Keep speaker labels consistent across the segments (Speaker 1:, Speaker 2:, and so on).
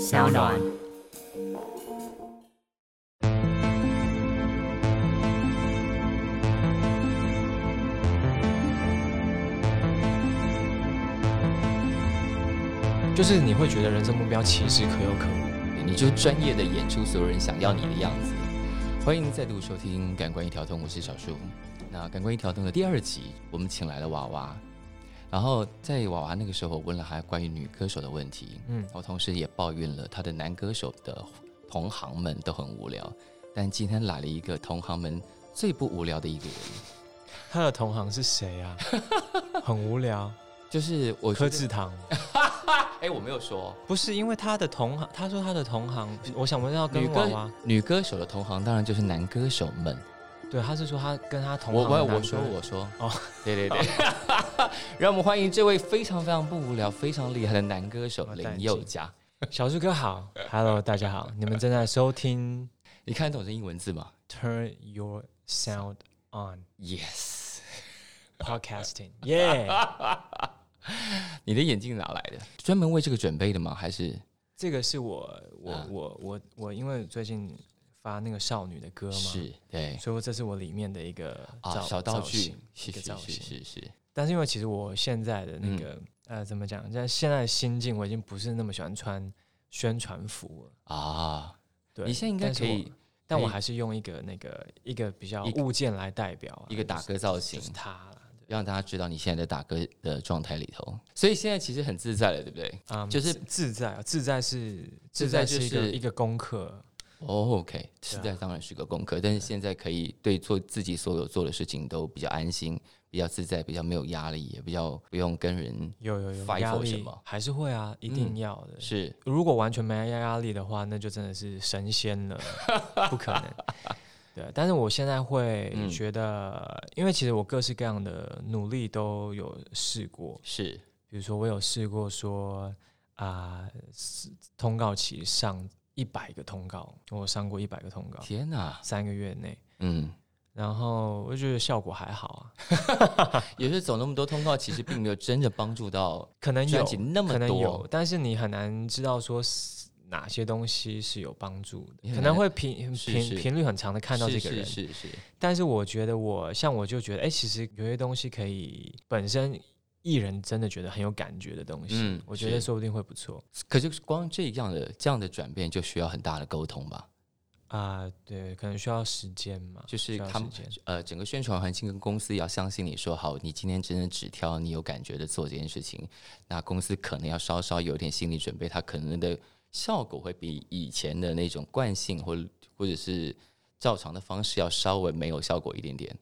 Speaker 1: 小暖。
Speaker 2: 就是你会觉得人生目标其实可有可无。
Speaker 1: 你就专业的演出所有人想要你的样子。欢迎再度收听《感官一条通》，我是小树。那《感官一条通》的第二集，我们请来了娃娃。然后在娃娃那个时候，我问了他关于女歌手的问题，嗯
Speaker 2: 嗯，
Speaker 1: 我同时也抱怨了他的男歌手的同行们都很无聊。但今天来了一个同行们最不无聊的一个人，
Speaker 2: 他的同行是谁 啊？很无聊。
Speaker 1: 就是我觉
Speaker 2: 柯
Speaker 1: 得
Speaker 2: 志堂
Speaker 1: 哎，我没有说
Speaker 2: 不是因为他的同行，他说他的同行，我想问要
Speaker 1: 女
Speaker 2: 跟娃
Speaker 1: 歌
Speaker 2: 娃，
Speaker 1: 女歌手的同行当然就是男歌手们。
Speaker 2: 对，他是说他跟他同
Speaker 1: 我
Speaker 2: 行的
Speaker 1: 我
Speaker 2: 男歌。
Speaker 1: 我说我说哦
Speaker 2: 哦，
Speaker 1: 对对对，让我们欢迎这位非常非常不无聊、非常厉害的男歌手
Speaker 2: 我戴眼
Speaker 1: 林宥
Speaker 2: 镜
Speaker 1: 嘉。
Speaker 2: 小树哥好 ，Hello，大家好，你们正在收听
Speaker 1: 你看得懂这英文字吗
Speaker 2: Turn Your Sound On
Speaker 1: ？Yes，
Speaker 2: Podcasting，耶、Yeah
Speaker 1: 你的眼镜哪来的？专门为这个准备的吗？还是
Speaker 2: 这个是我我
Speaker 1: 啊
Speaker 2: 我我我，因为最近发那个少女的歌嘛，
Speaker 1: 是对
Speaker 2: 所以这是我里面的一个
Speaker 1: 啊
Speaker 2: 造
Speaker 1: 小道
Speaker 2: 造
Speaker 1: 具
Speaker 2: 型？
Speaker 1: 是
Speaker 2: 一个
Speaker 1: 是
Speaker 2: 造
Speaker 1: 是
Speaker 2: 型
Speaker 1: 是是，
Speaker 2: 但是因为其实我现在的
Speaker 1: 嗯
Speaker 2: 那个、呃，怎么讲？在现在的心境，我已经不是那么喜欢穿宣传服了。
Speaker 1: 啊，
Speaker 2: 对，
Speaker 1: 你现在应该
Speaker 2: 但是
Speaker 1: 可以
Speaker 2: 我，但我
Speaker 1: 可以
Speaker 2: 还是用一个那个一个比较
Speaker 1: 一个
Speaker 2: 物件来代表啊、
Speaker 1: 一个打
Speaker 2: 就是
Speaker 1: 歌造
Speaker 2: 就
Speaker 1: 型
Speaker 2: 是，它啦。
Speaker 1: 让大家知道你现在在打歌的状态里头。所以现在其实很自在了，对不对
Speaker 2: 啊、
Speaker 1: 就是
Speaker 2: 自自在啊，自在是
Speaker 1: 自
Speaker 2: 自
Speaker 1: 在
Speaker 2: 在
Speaker 1: 就是
Speaker 2: 是一个一个功课，
Speaker 1: 哦？OK，现在当然是个功课，但是现在可以对做自己所有做的事情都比较安心，比较自在，比较没有压力，也比较不用跟人
Speaker 2: 有有有
Speaker 1: Fight
Speaker 2: 压
Speaker 1: for 什
Speaker 2: 力
Speaker 1: 么，
Speaker 2: 还是会啊，一定
Speaker 1: 嗯
Speaker 2: 要的。
Speaker 1: 是
Speaker 2: 如果完全没压压力的话，那就真的是神仙了，不可能。对，但是我现在会
Speaker 1: 嗯
Speaker 2: 觉得，因为其实我各式各样的努力都有试过，
Speaker 1: 是
Speaker 2: 比如说我有试过说啊、是通告期上一百个通告，我上过一百个通告，
Speaker 1: 天哪，
Speaker 2: 三个月内，
Speaker 1: 嗯，
Speaker 2: 然后我就觉得效果还好啊，
Speaker 1: 也是走那么多通告，其实并没有真的帮助到
Speaker 2: 可能
Speaker 1: 专
Speaker 2: 有
Speaker 1: 辑，那么
Speaker 2: 可能有
Speaker 1: 多，，
Speaker 2: 但是你很难知道说是哪些东西是有帮助
Speaker 1: 你
Speaker 2: 的，
Speaker 1: 很
Speaker 2: 可
Speaker 1: 难
Speaker 2: 能会频
Speaker 1: 是
Speaker 2: 频
Speaker 1: 是
Speaker 2: 频率很长的看到这
Speaker 1: 是
Speaker 2: 个人，
Speaker 1: 是是是，
Speaker 2: 但是我觉得我像我就觉得，哎、其实有些东西可以本身艺人真的觉得很有感觉的东西，
Speaker 1: 嗯
Speaker 2: 我觉得
Speaker 1: 是
Speaker 2: 说不定会不错
Speaker 1: 可是光这样的这样的转变就需要很大的沟通吧，
Speaker 2: 啊、对，可能需要时间嘛，
Speaker 1: 就是
Speaker 2: 需要
Speaker 1: 他们
Speaker 2: 时间
Speaker 1: 呃，整个宣传环境跟公司也要相信你说好，你今天真的只挑你有感觉的做这件事情，那公司可能要稍稍有点心理准备，它可能的效果会比以前的那种惯性或或者是照常的方式要稍微没有效果一点点。
Speaker 2: 嗯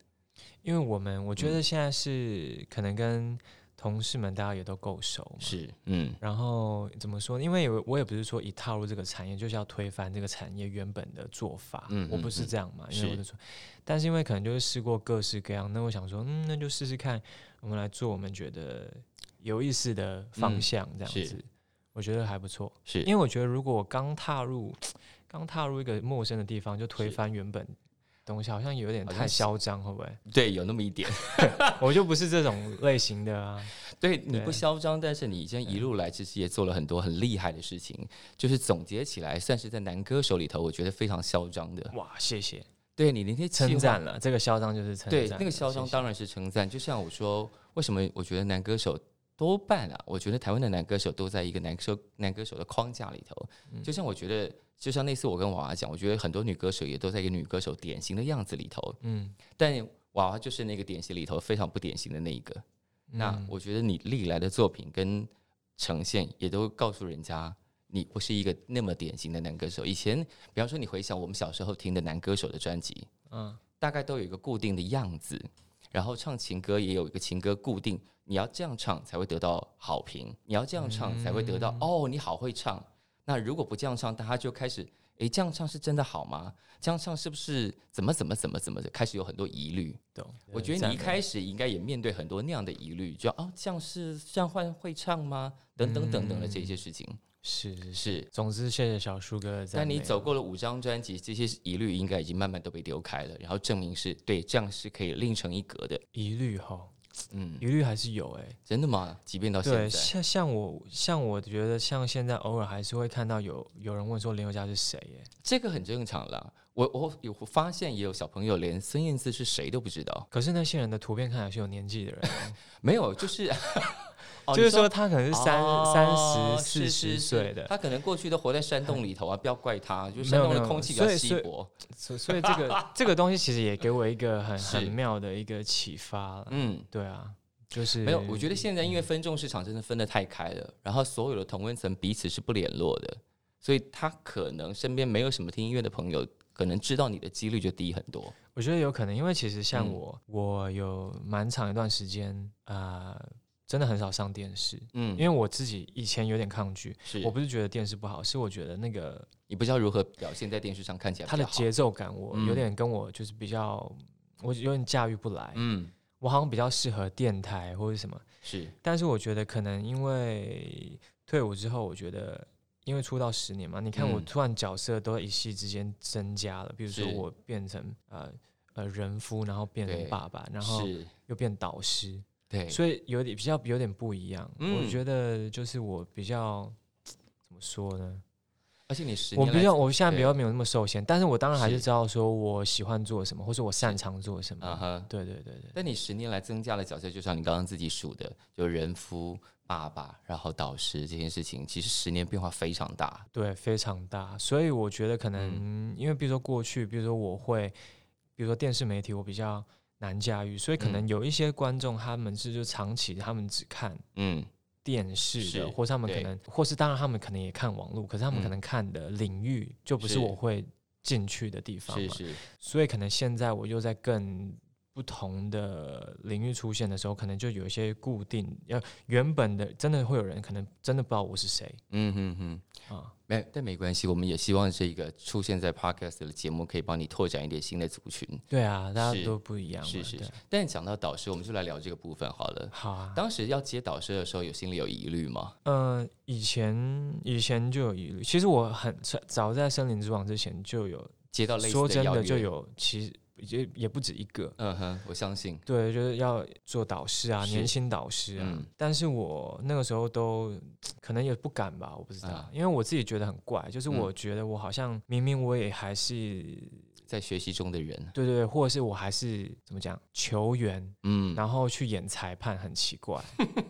Speaker 2: 因为我们我觉
Speaker 1: 嗯
Speaker 2: 得现在是、可能跟同事们大家也都够熟嘛，
Speaker 1: 是，嗯，
Speaker 2: 然后怎么说呢？因为有我也不是说一踏入这个产业就是要推翻这个产业原本的做法，
Speaker 1: 嗯
Speaker 2: 我
Speaker 1: 嗯
Speaker 2: 不是
Speaker 1: 嗯
Speaker 2: 这样嘛。因
Speaker 1: 是
Speaker 2: 为我就说，但是因为可能就是试过各式各样，那我想说，嗯，那就试试看，我们来做我们觉得有意思的方
Speaker 1: 嗯
Speaker 2: 向，这样
Speaker 1: 是
Speaker 2: 子，我觉得还不错。
Speaker 1: 是
Speaker 2: 因为我觉得如果我刚踏入刚踏入一个陌生的地方就推
Speaker 1: 是
Speaker 2: 翻原本东西，好像有点
Speaker 1: 好像
Speaker 2: 太
Speaker 1: 是
Speaker 2: 嚣张，会不会？
Speaker 1: 对，有那么一点。
Speaker 2: 我就不是这种类型的啊。
Speaker 1: 对，你
Speaker 2: 对
Speaker 1: 不嚣张，但是你已经一路来其实也做了很多很厉害的事情，就是总结起来，算是在男歌手里头，我觉得非常嚣张的。
Speaker 2: 哇，谢谢
Speaker 1: 对你那些计
Speaker 2: 称
Speaker 1: 划
Speaker 2: 赞了，这个嚣张就是称赞
Speaker 1: 对
Speaker 2: 了。
Speaker 1: 那个嚣
Speaker 2: 谢
Speaker 1: 张
Speaker 2: 谢
Speaker 1: 当然是称赞。就像我说，为什么我觉得男歌手多半啊，我觉得台湾的男歌手都在一个男歌男歌手的框架里头。
Speaker 2: 嗯
Speaker 1: 就像我觉得，就像那次我跟娃娃讲，我觉得很多女歌手也都在一个女歌手典型的样子里头，
Speaker 2: 嗯。
Speaker 1: 但娃娃就是那个典型里头非常不典型的那一个。那
Speaker 2: 嗯
Speaker 1: 我觉得你历来的作品跟呈现也都告诉人家，你不是一个那么典型的男歌手。以前，比方说你回想我们小时候听的男歌手的专辑，
Speaker 2: 嗯
Speaker 1: 大概都有一个固定的样子，然后唱情歌也有一个情歌固定，你要这样唱才会得到好评，你要这样唱才会得到、哦，你好会唱。那如果不这样唱，大家就开始，诶，这样唱是真的好吗？这样唱是不是怎么怎么怎么怎么的？开始有很多疑虑。
Speaker 2: 懂。
Speaker 1: 我觉得你一开始应该也面对很多那样的疑虑，就哦，这样是这样换会唱吗？等等等等的这些事情、
Speaker 2: 是是是，
Speaker 1: 是。
Speaker 2: 总之谢谢小树哥的赞
Speaker 1: 但
Speaker 2: 美。
Speaker 1: 你走过了五张专辑，这些疑虑应该已经慢慢都被丢开了，然后证明是对，这样是可以另成一格的。
Speaker 2: 疑虑后，
Speaker 1: 嗯，
Speaker 2: 疑虑还是有哎、
Speaker 1: 真的吗？即便到现
Speaker 2: 对，
Speaker 1: 在，
Speaker 2: 像像我像我觉得像现在偶尔还是会看到有有人问说林宥嘉是谁耶、
Speaker 1: 这个很正常啦。我我有发现也有小朋友连孙燕姿是谁都不知道，
Speaker 2: 可是那些人的图片看起来是有年纪的 人，啊
Speaker 1: 没有，就是 哦
Speaker 2: 就是
Speaker 1: 你
Speaker 2: 说他可能是三
Speaker 1: 哦
Speaker 2: 三十
Speaker 1: 是
Speaker 2: 四
Speaker 1: 是
Speaker 2: 十
Speaker 1: 是
Speaker 2: 岁的，
Speaker 1: 他可能过去都活在山洞里头啊，不要怪 他，就
Speaker 2: 没
Speaker 1: 是山
Speaker 2: 有
Speaker 1: 洞
Speaker 2: 没
Speaker 1: 的
Speaker 2: 有
Speaker 1: 空气比较
Speaker 2: 所以
Speaker 1: 稀
Speaker 2: 所以
Speaker 1: 薄。
Speaker 2: 所所以这 个这个东西其实也给我一个很
Speaker 1: 是
Speaker 2: 很妙的一个启发了。
Speaker 1: 嗯，
Speaker 2: 对啊，就是
Speaker 1: 没有，我觉得现在因为分众市场真的分得太开了，然后所有的同温层彼此是不联络的，所以他可能身边没有什么听音乐的朋友，可能知道你的几率就低很多。
Speaker 2: 我觉得有可能，因为其实像
Speaker 1: 嗯
Speaker 2: 我，我有蛮长一段时间啊、呃真的很少上电视，
Speaker 1: 嗯
Speaker 2: 因，为我自己以前有点抗拒。
Speaker 1: 是
Speaker 2: 我不是觉得电视不好，是我觉得那个
Speaker 1: 你不知道如何表现在电视上看起来
Speaker 2: 它
Speaker 1: 比
Speaker 2: 的
Speaker 1: 较好
Speaker 2: 节奏感，我
Speaker 1: 嗯
Speaker 2: 有点跟我就是比较，我有点驾驭不来。
Speaker 1: 嗯
Speaker 2: 我好像比较适合电台或者什么，
Speaker 1: 是
Speaker 2: 但是我觉得可能因为退伍之后，我觉得因为出道十年嘛，你看我
Speaker 1: 嗯
Speaker 2: 突然角色都一夕之间增加了，比如说
Speaker 1: 是
Speaker 2: 我变成呃呃人夫，然后变
Speaker 1: 对
Speaker 2: 成爸爸，然后
Speaker 1: 是
Speaker 2: 又变导师，
Speaker 1: 对
Speaker 2: 所以有点比较有点不一样。
Speaker 1: 嗯
Speaker 2: 我觉得就是我比较怎么说呢？
Speaker 1: 而且你十
Speaker 2: 我
Speaker 1: 年
Speaker 2: 比
Speaker 1: 来
Speaker 2: 较我现在比
Speaker 1: 对
Speaker 2: 较没有那么受限，但是我当然还是
Speaker 1: 是
Speaker 2: 知道说我喜欢做什么，或者我擅长做什
Speaker 1: 啊
Speaker 2: 么。
Speaker 1: 哈，
Speaker 2: 对对对对，
Speaker 1: 但你十年来增加了角色，就像你刚刚自己数的，有人夫、爸爸，然后导师这件事情，其实十年变化非常大。
Speaker 2: 对，非常大。所以我觉得可
Speaker 1: 嗯
Speaker 2: 能、因为比如说过去，比如说我会，比如说电视媒体，我比较难驾驭，所以
Speaker 1: 嗯
Speaker 2: 可能有一些观众他们是就长期他们只看
Speaker 1: 嗯，
Speaker 2: 电视的，
Speaker 1: 是
Speaker 2: 或是他们可
Speaker 1: 对
Speaker 2: 能，或是当然他们可能也看网络，可是他们可
Speaker 1: 嗯
Speaker 2: 能看的领域就不是
Speaker 1: 是
Speaker 2: 我会进去的地方
Speaker 1: 是
Speaker 2: 嘛，
Speaker 1: 是，
Speaker 2: 所以可能现在我又在更。不同的领域出现的时候，可能就有一些固定，要原本的真的会有人可能真的不知道我是谁
Speaker 1: 嗯哼哼。
Speaker 2: 啊，
Speaker 1: 没，但没关系，我们也希望这个出现在 podcast 的节目可以帮你拓展一点新的族群。
Speaker 2: 对啊，大
Speaker 1: 是
Speaker 2: 家都不一样嘛，
Speaker 1: 是是
Speaker 2: 对
Speaker 1: 是。但讲到导师，我们就来聊这个部分好了。
Speaker 2: 好啊，
Speaker 1: 当时要接导师的时候，有心里有疑虑吗？
Speaker 2: 嗯，以前以前就有疑虑，其实我很早在《森林之王》之前就有，
Speaker 1: 接到类似
Speaker 2: 说真
Speaker 1: 邀
Speaker 2: 的
Speaker 1: 约，
Speaker 2: 就。有，其实也也不止一个，
Speaker 1: 嗯哼，我相信。
Speaker 2: 对，就是要做导师啊，
Speaker 1: 是
Speaker 2: 年轻导师啊，
Speaker 1: 嗯
Speaker 2: 但是我那个时候都可能也不敢吧，我不知道，
Speaker 1: 啊
Speaker 2: 因为我自己觉得很怪，就是
Speaker 1: 嗯
Speaker 2: 我觉得我好像明明我也还是，
Speaker 1: 在学习中的人，
Speaker 2: 对对对，或者是我还是怎么讲球员，
Speaker 1: 嗯，
Speaker 2: 然后去演裁判很奇怪。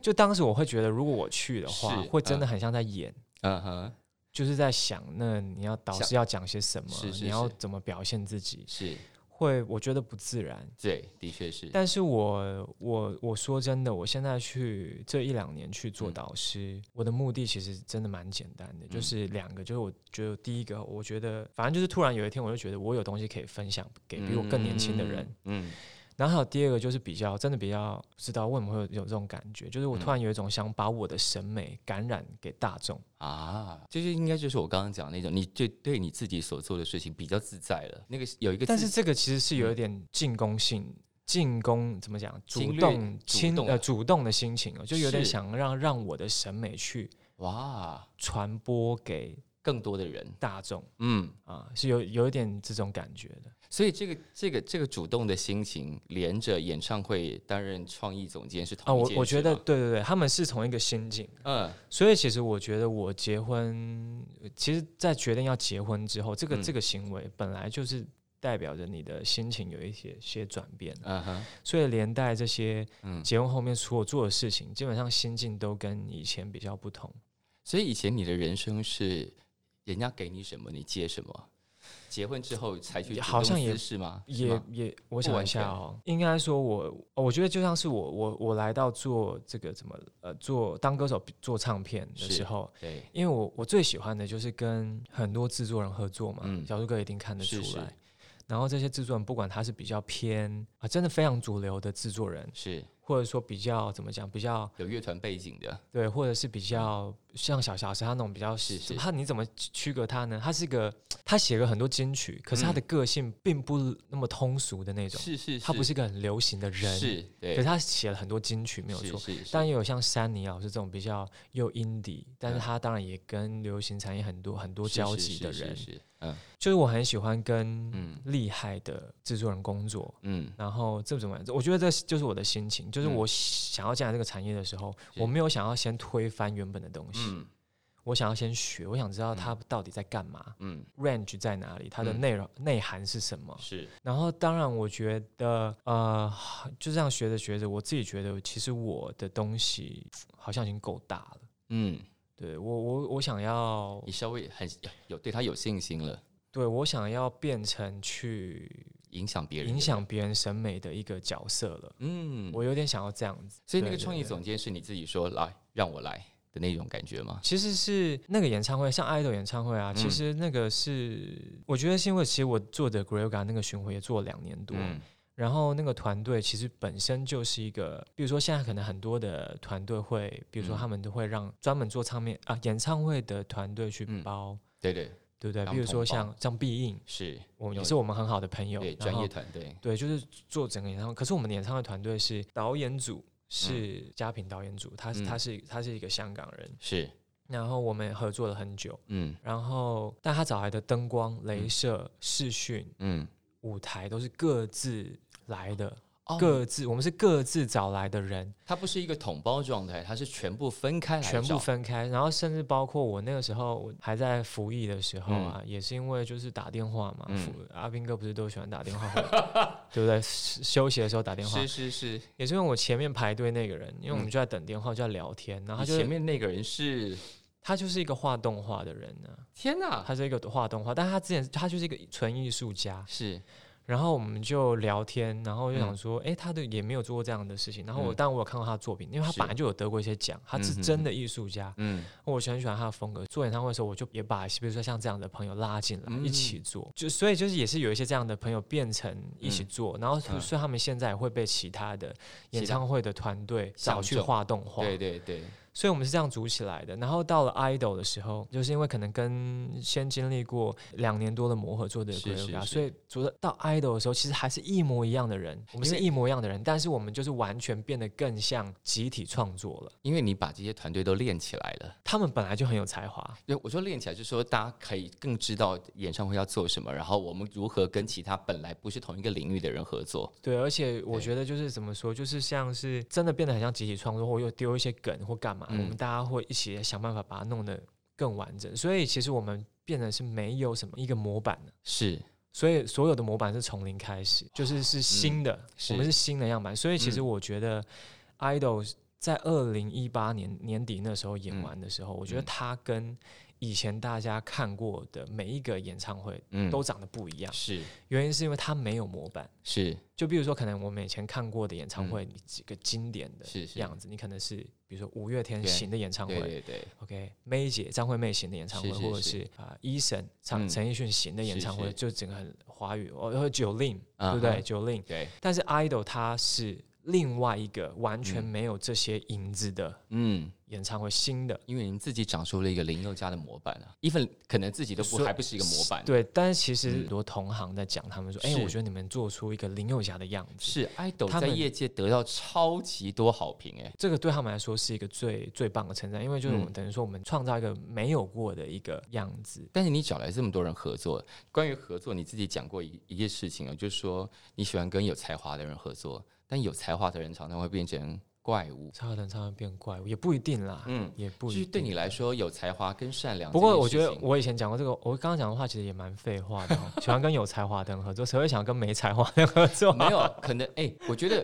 Speaker 2: 就当时我会觉得，如果我去的话，
Speaker 1: 是
Speaker 2: 会真的
Speaker 1: 嗯
Speaker 2: 很像在演，
Speaker 1: 嗯哼，
Speaker 2: 就是在想那你要导师要讲些什么，
Speaker 1: 是是
Speaker 2: 你要
Speaker 1: 是
Speaker 2: 怎么表现自己，
Speaker 1: 是，
Speaker 2: 会我觉得不自然。
Speaker 1: 对，的确是，
Speaker 2: 但是我我我说真的，我现在去这一两年去做导师，我的目的其实真的蛮简单的，
Speaker 1: 嗯
Speaker 2: 就是两个，就是我觉得第一个，我觉得反正就是突然有一天，我就觉得我有东西可以分享给比我更年轻的人，
Speaker 1: 嗯，嗯，
Speaker 2: 然后还有第二个就是比较真的比较不知道为什么会有有这种感觉，就是我
Speaker 1: 嗯
Speaker 2: 突然有一种想把我的审美感染给大众。
Speaker 1: 啊，就是应该就是我刚刚讲的那种，你对对你自己所做的事情比较自在了。那个有一个自，嗯
Speaker 2: 但是这个其实是有一点进攻性，进攻怎么讲？
Speaker 1: 侵
Speaker 2: 主
Speaker 1: 略
Speaker 2: 动、
Speaker 1: 主
Speaker 2: 侵
Speaker 1: 动啊
Speaker 2: 呃主动的心情哦，就有点
Speaker 1: 是
Speaker 2: 想让让我的审美去
Speaker 1: 哇，
Speaker 2: 传播给
Speaker 1: 更多的人，
Speaker 2: 大众
Speaker 1: 嗯，
Speaker 2: 啊，是有有一点这种感觉的。
Speaker 1: 所以这个这个这个主动的心情，连着演唱会担任创意总监是
Speaker 2: 啊，
Speaker 1: 同一
Speaker 2: 我
Speaker 1: 件
Speaker 2: 我觉得
Speaker 1: 事吗
Speaker 2: 对对对，他们是同一个心境，
Speaker 1: 嗯，
Speaker 2: 所以其实我觉得我结婚，呃其实，在决定要结婚之后，这个、
Speaker 1: 嗯
Speaker 2: 这个行为本来就是代表着你的心情有一些些转变，
Speaker 1: 嗯哼，
Speaker 2: 所以连带这些
Speaker 1: 嗯，
Speaker 2: 结婚后面所做的事情，基本上心境都跟以前比较不同。
Speaker 1: 所以以前你的人生是人家给你什么，你接什么。结婚之后才去主
Speaker 2: 好
Speaker 1: 动
Speaker 2: 像也
Speaker 1: 私事吗？是
Speaker 2: 也
Speaker 1: 吗
Speaker 2: 也，我
Speaker 1: 不
Speaker 2: 想
Speaker 1: 完
Speaker 2: 一下
Speaker 1: 全
Speaker 2: 哦，应该说我，哦我觉得就像是我我我来到做这个怎么呃做当歌手做唱片的
Speaker 1: 是
Speaker 2: 时候，
Speaker 1: 对，
Speaker 2: 因为我我最喜欢的就是跟很多制作人合作嘛，
Speaker 1: 嗯
Speaker 2: 小树哥一定看得出
Speaker 1: 是
Speaker 2: 来。
Speaker 1: 是
Speaker 2: 然后这些制作人，不管他是比较偏啊，真的非常主流的制作人，
Speaker 1: 是
Speaker 2: 或者说比较怎么讲，比较
Speaker 1: 有乐团背景的，
Speaker 2: 对，或者是比较像小小时他那种比较，
Speaker 1: 是是
Speaker 2: 他你怎么区隔他呢？他是一个他写了很多金曲，可是他的
Speaker 1: 嗯
Speaker 2: 个性并不那么通俗的那种，
Speaker 1: 是是，
Speaker 2: 他不是一个很流行的人，
Speaker 1: 是，对，
Speaker 2: 可是他写了很多金曲，没有
Speaker 1: 是
Speaker 2: 错。
Speaker 1: 是是
Speaker 2: 但也有像山尼老师这种比较又 indie，但是
Speaker 1: 嗯
Speaker 2: 他当然也跟流行产业很多很多
Speaker 1: 是
Speaker 2: 交
Speaker 1: 是
Speaker 2: 集
Speaker 1: 是
Speaker 2: 的
Speaker 1: 是
Speaker 2: 人。
Speaker 1: 是嗯
Speaker 2: 就是我很喜欢跟
Speaker 1: 嗯
Speaker 2: 厉害的制作人工作，
Speaker 1: 嗯，
Speaker 2: 然后这怎么样？我觉得这就是我的心情，就是
Speaker 1: 嗯
Speaker 2: 我想要进来这个产业的时候，
Speaker 1: 是
Speaker 2: 我没有想要先推翻原本的东西，
Speaker 1: 嗯
Speaker 2: 我想要先学，我想知道它到底在干嘛、
Speaker 1: 嗯
Speaker 2: r a n g e 在哪里，它的
Speaker 1: 嗯
Speaker 2: 内容、内涵是什么。
Speaker 1: 是
Speaker 2: 然后，当然，我觉得呃，就这样学着学着，我自己觉得其实我的东西好像已经够大了。
Speaker 1: 嗯，
Speaker 2: 对我，我我想要
Speaker 1: 你，稍微很有对他有信心了，
Speaker 2: 对我想要变成去
Speaker 1: 影响别人，
Speaker 2: 影响，别人审美的一个角色了。
Speaker 1: 嗯，
Speaker 2: 我有点想要这样子，
Speaker 1: 所以那
Speaker 2: 对
Speaker 1: 个
Speaker 2: 对
Speaker 1: 创意
Speaker 2: 对
Speaker 1: 总监是你自己说来让我来的那种感觉吗？
Speaker 2: 其实是那个演唱会，像 idol 演唱会啊，
Speaker 1: 嗯
Speaker 2: 其实那个是、我觉得是因为其实我做的 g r e g a 那个巡回也做了两年多，
Speaker 1: 嗯
Speaker 2: 然后那个团队其实本身就是一个，比如说现在可能很多的团队会，比如说
Speaker 1: 嗯
Speaker 2: 他们都会让专门做唱片啊演唱会的团队去
Speaker 1: 嗯
Speaker 2: 包。
Speaker 1: 对对
Speaker 2: 对不对？
Speaker 1: 他
Speaker 2: 比
Speaker 1: 们
Speaker 2: 如说
Speaker 1: 同胞
Speaker 2: 像像必应，
Speaker 1: 是，
Speaker 2: 我们
Speaker 1: 有
Speaker 2: 也是我们很好的朋友，
Speaker 1: 对
Speaker 2: 然
Speaker 1: 专
Speaker 2: 后
Speaker 1: 业团队，
Speaker 2: 对，就是做整个演唱会。可是我们的演唱会团队是导演组是嘉平导演组，他是
Speaker 1: 嗯
Speaker 2: 他是他是一个香港人，
Speaker 1: 是，
Speaker 2: 然后我们合作了很久，
Speaker 1: 嗯
Speaker 2: 然后，但他找来的灯光、镭射、视讯、
Speaker 1: 嗯，
Speaker 2: 舞台都是各自来的，
Speaker 1: 哦
Speaker 2: 各自我们是各自找来的人，
Speaker 1: 它不是一个统包状态，它是全部分开来
Speaker 2: 全部
Speaker 1: 找
Speaker 2: 分开。然后，甚至包括我那个时候我还在服役的时候啊，也是因为就是打电话嘛，
Speaker 1: 嗯
Speaker 2: 服阿兵哥不是都喜欢打电话， 对不对？休休息的时候打电话
Speaker 1: 是，是是，
Speaker 2: 也是因为我前面排队那个人，因为我们就在等电话，就在聊天，然后
Speaker 1: 你
Speaker 2: 他就
Speaker 1: 前面那个人是
Speaker 2: 他就是一个画动画的人呢、
Speaker 1: 天哪，
Speaker 2: 他是一个画动画，但他之前他就是一个纯艺术家，
Speaker 1: 是
Speaker 2: 然后我们就聊天，然后就想
Speaker 1: 嗯
Speaker 2: 说，诶，他的也没有做过这样的事情。然后我，
Speaker 1: 嗯
Speaker 2: 但我有看过他的作品，因为他
Speaker 1: 是
Speaker 2: 本来就有得过一些奖，他是
Speaker 1: 嗯哼
Speaker 2: 真的艺术家。
Speaker 1: 嗯
Speaker 2: 我很喜欢他的风格。做演唱会的时候，我就也把比如说像这样的朋友拉进来、
Speaker 1: 嗯
Speaker 2: 一起做，就所以就是也是有一些这样的朋友变成一起做，然后
Speaker 1: 嗯
Speaker 2: 所以他们现在也会被其他的演
Speaker 1: 其他
Speaker 2: 唱会的团队
Speaker 1: 上
Speaker 2: 找去
Speaker 1: 中
Speaker 2: 画动画。
Speaker 1: 对对对，
Speaker 2: 所以我们是这样组起来的。然后到了 idol 的时候，就是因为可能跟先经历过两年多的磨合做的
Speaker 1: 是
Speaker 2: g r e
Speaker 1: 是
Speaker 2: g a
Speaker 1: 是
Speaker 2: 所以做到到 idol 的时候，其实还是一模一样的人，我们是
Speaker 1: 因为
Speaker 2: 一模一样的人，但是我们就是完全变得更像集体创作了。
Speaker 1: 因为你把这些团队都练起来了。
Speaker 2: 他们本来就很有才华，
Speaker 1: 对，我说练起来，就是说大家可以更知道演唱会要做什么，然后我们如何跟其他本来不是同一个领域的人合作。
Speaker 2: 对，而且我
Speaker 1: 对
Speaker 2: 觉得就是怎么说，就是像是真的变得很像集体创作，或又丢一些梗或干嘛，
Speaker 1: 嗯
Speaker 2: 我们大家会一起想办法把它弄得更完整。所以其实我们变得是没有什么一个模板的。
Speaker 1: 是，
Speaker 2: 所以所有的模板是从零开始，就是是新的，
Speaker 1: 哦嗯是
Speaker 2: 我们是新的样板。所以其实
Speaker 1: 嗯
Speaker 2: 我觉得，idol 在二零一八年年底那时候演完的时候，我觉得
Speaker 1: 嗯
Speaker 2: 他跟以前大家看过的每一个演唱会
Speaker 1: 嗯
Speaker 2: 都长得不一样，
Speaker 1: 是
Speaker 2: 原因是因为他没有模板。
Speaker 1: 是
Speaker 2: 就比如说，可能我们以前看过的演唱会，你几个经典的
Speaker 1: 嗯是是
Speaker 2: 样子，你可能是比如说五月天
Speaker 1: 对
Speaker 2: 型的演唱
Speaker 1: 对
Speaker 2: 会
Speaker 1: 对对，
Speaker 2: ，OK，梅姐张惠妹型的演唱会，
Speaker 1: 是是
Speaker 2: 或者
Speaker 1: 是
Speaker 2: 是啊一审唱
Speaker 1: 嗯
Speaker 2: 陈奕迅型的演唱会，
Speaker 1: 是是
Speaker 2: 就整个很华语，哦，和九令对
Speaker 1: 啊哈
Speaker 2: 不对？九令，
Speaker 1: 对，
Speaker 2: 但是 idol 它是另外一个完全
Speaker 1: 嗯
Speaker 2: 没有这些影子的
Speaker 1: 嗯，
Speaker 2: 演唱会，新的。
Speaker 1: 因为你自己长出了一个林宥嘉的模板啊，even 可能自己都不
Speaker 2: 所以
Speaker 1: 还不是一个模板。
Speaker 2: 对，但是其实
Speaker 1: 嗯
Speaker 2: 很多同行在讲，他们说：“哎、
Speaker 1: 是
Speaker 2: 我觉得你们做出一个林宥嘉的样子，
Speaker 1: 是 idol
Speaker 2: 他
Speaker 1: 在
Speaker 2: 们
Speaker 1: 业界得到超级多好评哎、
Speaker 2: 这个对他们来说是一个最最棒的称赞，因为就是我们
Speaker 1: 嗯
Speaker 2: 等于说我们创造一个没有过的一个样子。
Speaker 1: 但是你找来这么多人合作，关于合作你自己讲过一一件事情啊，就是说你喜欢跟有才华的人合作，但有才华的人常常会变成怪物。
Speaker 2: 超人常常变怪物，也不一定啦，
Speaker 1: 嗯，
Speaker 2: 也不
Speaker 1: 就
Speaker 2: 一
Speaker 1: 是
Speaker 2: 定。
Speaker 1: 对你来说，有才华跟善啊良这
Speaker 2: 不
Speaker 1: 件事情。
Speaker 2: 过我觉得我以前讲过这个，我刚刚讲的话其实也蛮废话的哦、喜欢跟有才华的人合作，谁会想跟没才华的人合作？
Speaker 1: 没有可能，哎、我 觉得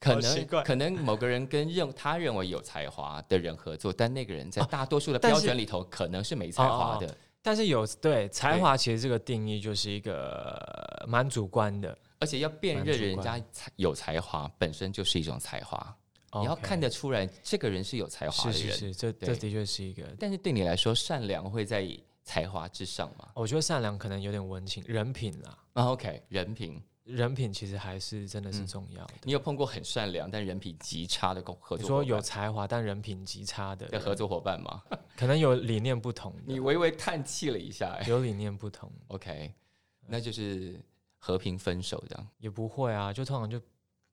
Speaker 1: 可
Speaker 2: 好奇
Speaker 1: 能
Speaker 2: 怪
Speaker 1: 可能某个人跟认他认为有才华的人合作，但那个人在大多数的
Speaker 2: 哦但
Speaker 1: 标
Speaker 2: 是哦
Speaker 1: 准里头可能是没才华的。
Speaker 2: 但是有对才华，其实这个定义就是一个呃蛮主观的。
Speaker 1: 而且要辨
Speaker 2: 蛮
Speaker 1: 认
Speaker 2: 主
Speaker 1: 人
Speaker 2: 观
Speaker 1: 家才有才华，本身就是一种才华。你要
Speaker 2: OK
Speaker 1: 看得出来这个人是有才华
Speaker 2: 是
Speaker 1: 的人。
Speaker 2: 是是，这这
Speaker 1: 对
Speaker 2: 的确是一个。
Speaker 1: 但是对你来说，善良会在才华之上嘛？
Speaker 2: 我觉得善良可能有点文情人品啦，
Speaker 1: 啊，OK，人品
Speaker 2: 人品其实还是真
Speaker 1: 嗯
Speaker 2: 的是重要的。
Speaker 1: 你有碰过很善良但人品极差的工合
Speaker 2: 你
Speaker 1: 作伙
Speaker 2: 说
Speaker 1: 伴？
Speaker 2: 有才华但人品极差的
Speaker 1: 的
Speaker 2: 人，
Speaker 1: 合作伙 伴吗？
Speaker 2: 可能有理念不同的，
Speaker 1: 你微微叹气了一下、哎
Speaker 2: 有理念不同
Speaker 1: OK，那就是和平分手这样，
Speaker 2: 也不会啊，就通常就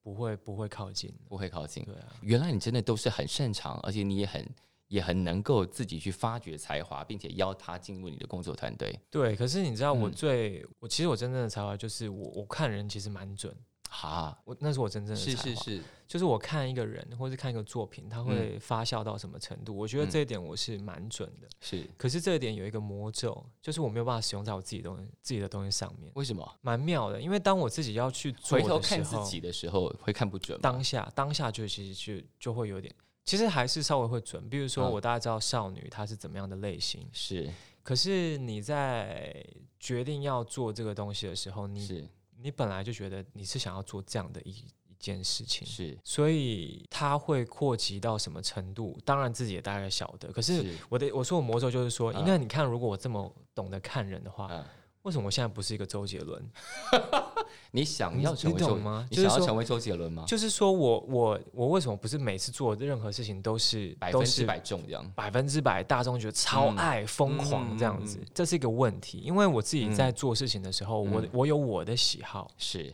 Speaker 2: 不会不会靠近。
Speaker 1: 不会靠近。
Speaker 2: 对啊，
Speaker 1: 原来你真的都是很擅长，而且你也很也很能够自己去发掘才华，并且邀他进入你的工作团队。
Speaker 2: 对。可是你知道我
Speaker 1: 嗯
Speaker 2: 最、我其实我真正的才华就是我我看人其实蛮准，
Speaker 1: 哈，
Speaker 2: 我那是我真正的才
Speaker 1: 是
Speaker 2: 华。
Speaker 1: 是嗯是，
Speaker 2: 就是我看一个人或是看一个作品，他会发酵到什么程度，我觉
Speaker 1: 嗯
Speaker 2: 得这一点我是蛮准的。
Speaker 1: 是
Speaker 2: 可是这一点有一个魔咒，就是我没有办法使用在我自己东西自己的东西上面，
Speaker 1: 为什么？
Speaker 2: 蛮妙的。因为当我自己要去做
Speaker 1: 回
Speaker 2: 的时候，
Speaker 1: 头看自己的时候会看不准吗，
Speaker 2: 当下当下就其实就就会有点，其实还是稍微会准。比如说，
Speaker 1: 嗯
Speaker 2: 我大概知道少女她是怎么样的类型，
Speaker 1: 是
Speaker 2: 可是你在决定要做这个东西的时候，你
Speaker 1: 是
Speaker 2: 你本来就觉得你是想要做这样的一一件事情，
Speaker 1: 是
Speaker 2: 所以它会扩及到什么程度？当然自己也大概晓得，可是。
Speaker 1: 是
Speaker 2: 我的我说我魔咒就是说，
Speaker 1: 嗯
Speaker 2: 那你看，如果我这么懂得看人的话，
Speaker 1: 啊，
Speaker 2: 为什么我现在不是一个周杰伦？
Speaker 1: 你想
Speaker 2: 你
Speaker 1: 要成
Speaker 2: 你
Speaker 1: 为周
Speaker 2: 懂，吗？
Speaker 1: 你
Speaker 2: 就
Speaker 1: 想
Speaker 2: 是
Speaker 1: 要
Speaker 2: 说，
Speaker 1: 成为周杰伦吗？
Speaker 2: 就是说我我我为什么不是每次做的任何事情都是
Speaker 1: 百
Speaker 2: 都
Speaker 1: 分
Speaker 2: 是
Speaker 1: 之百中这样，
Speaker 2: 百分之百大众觉得超爱、疯狂这样子
Speaker 1: 嗯嗯嗯？
Speaker 2: 这是一个问题，因为我自己
Speaker 1: 嗯
Speaker 2: 在做事情的时候，我
Speaker 1: 嗯
Speaker 2: 我有我的喜好，
Speaker 1: 是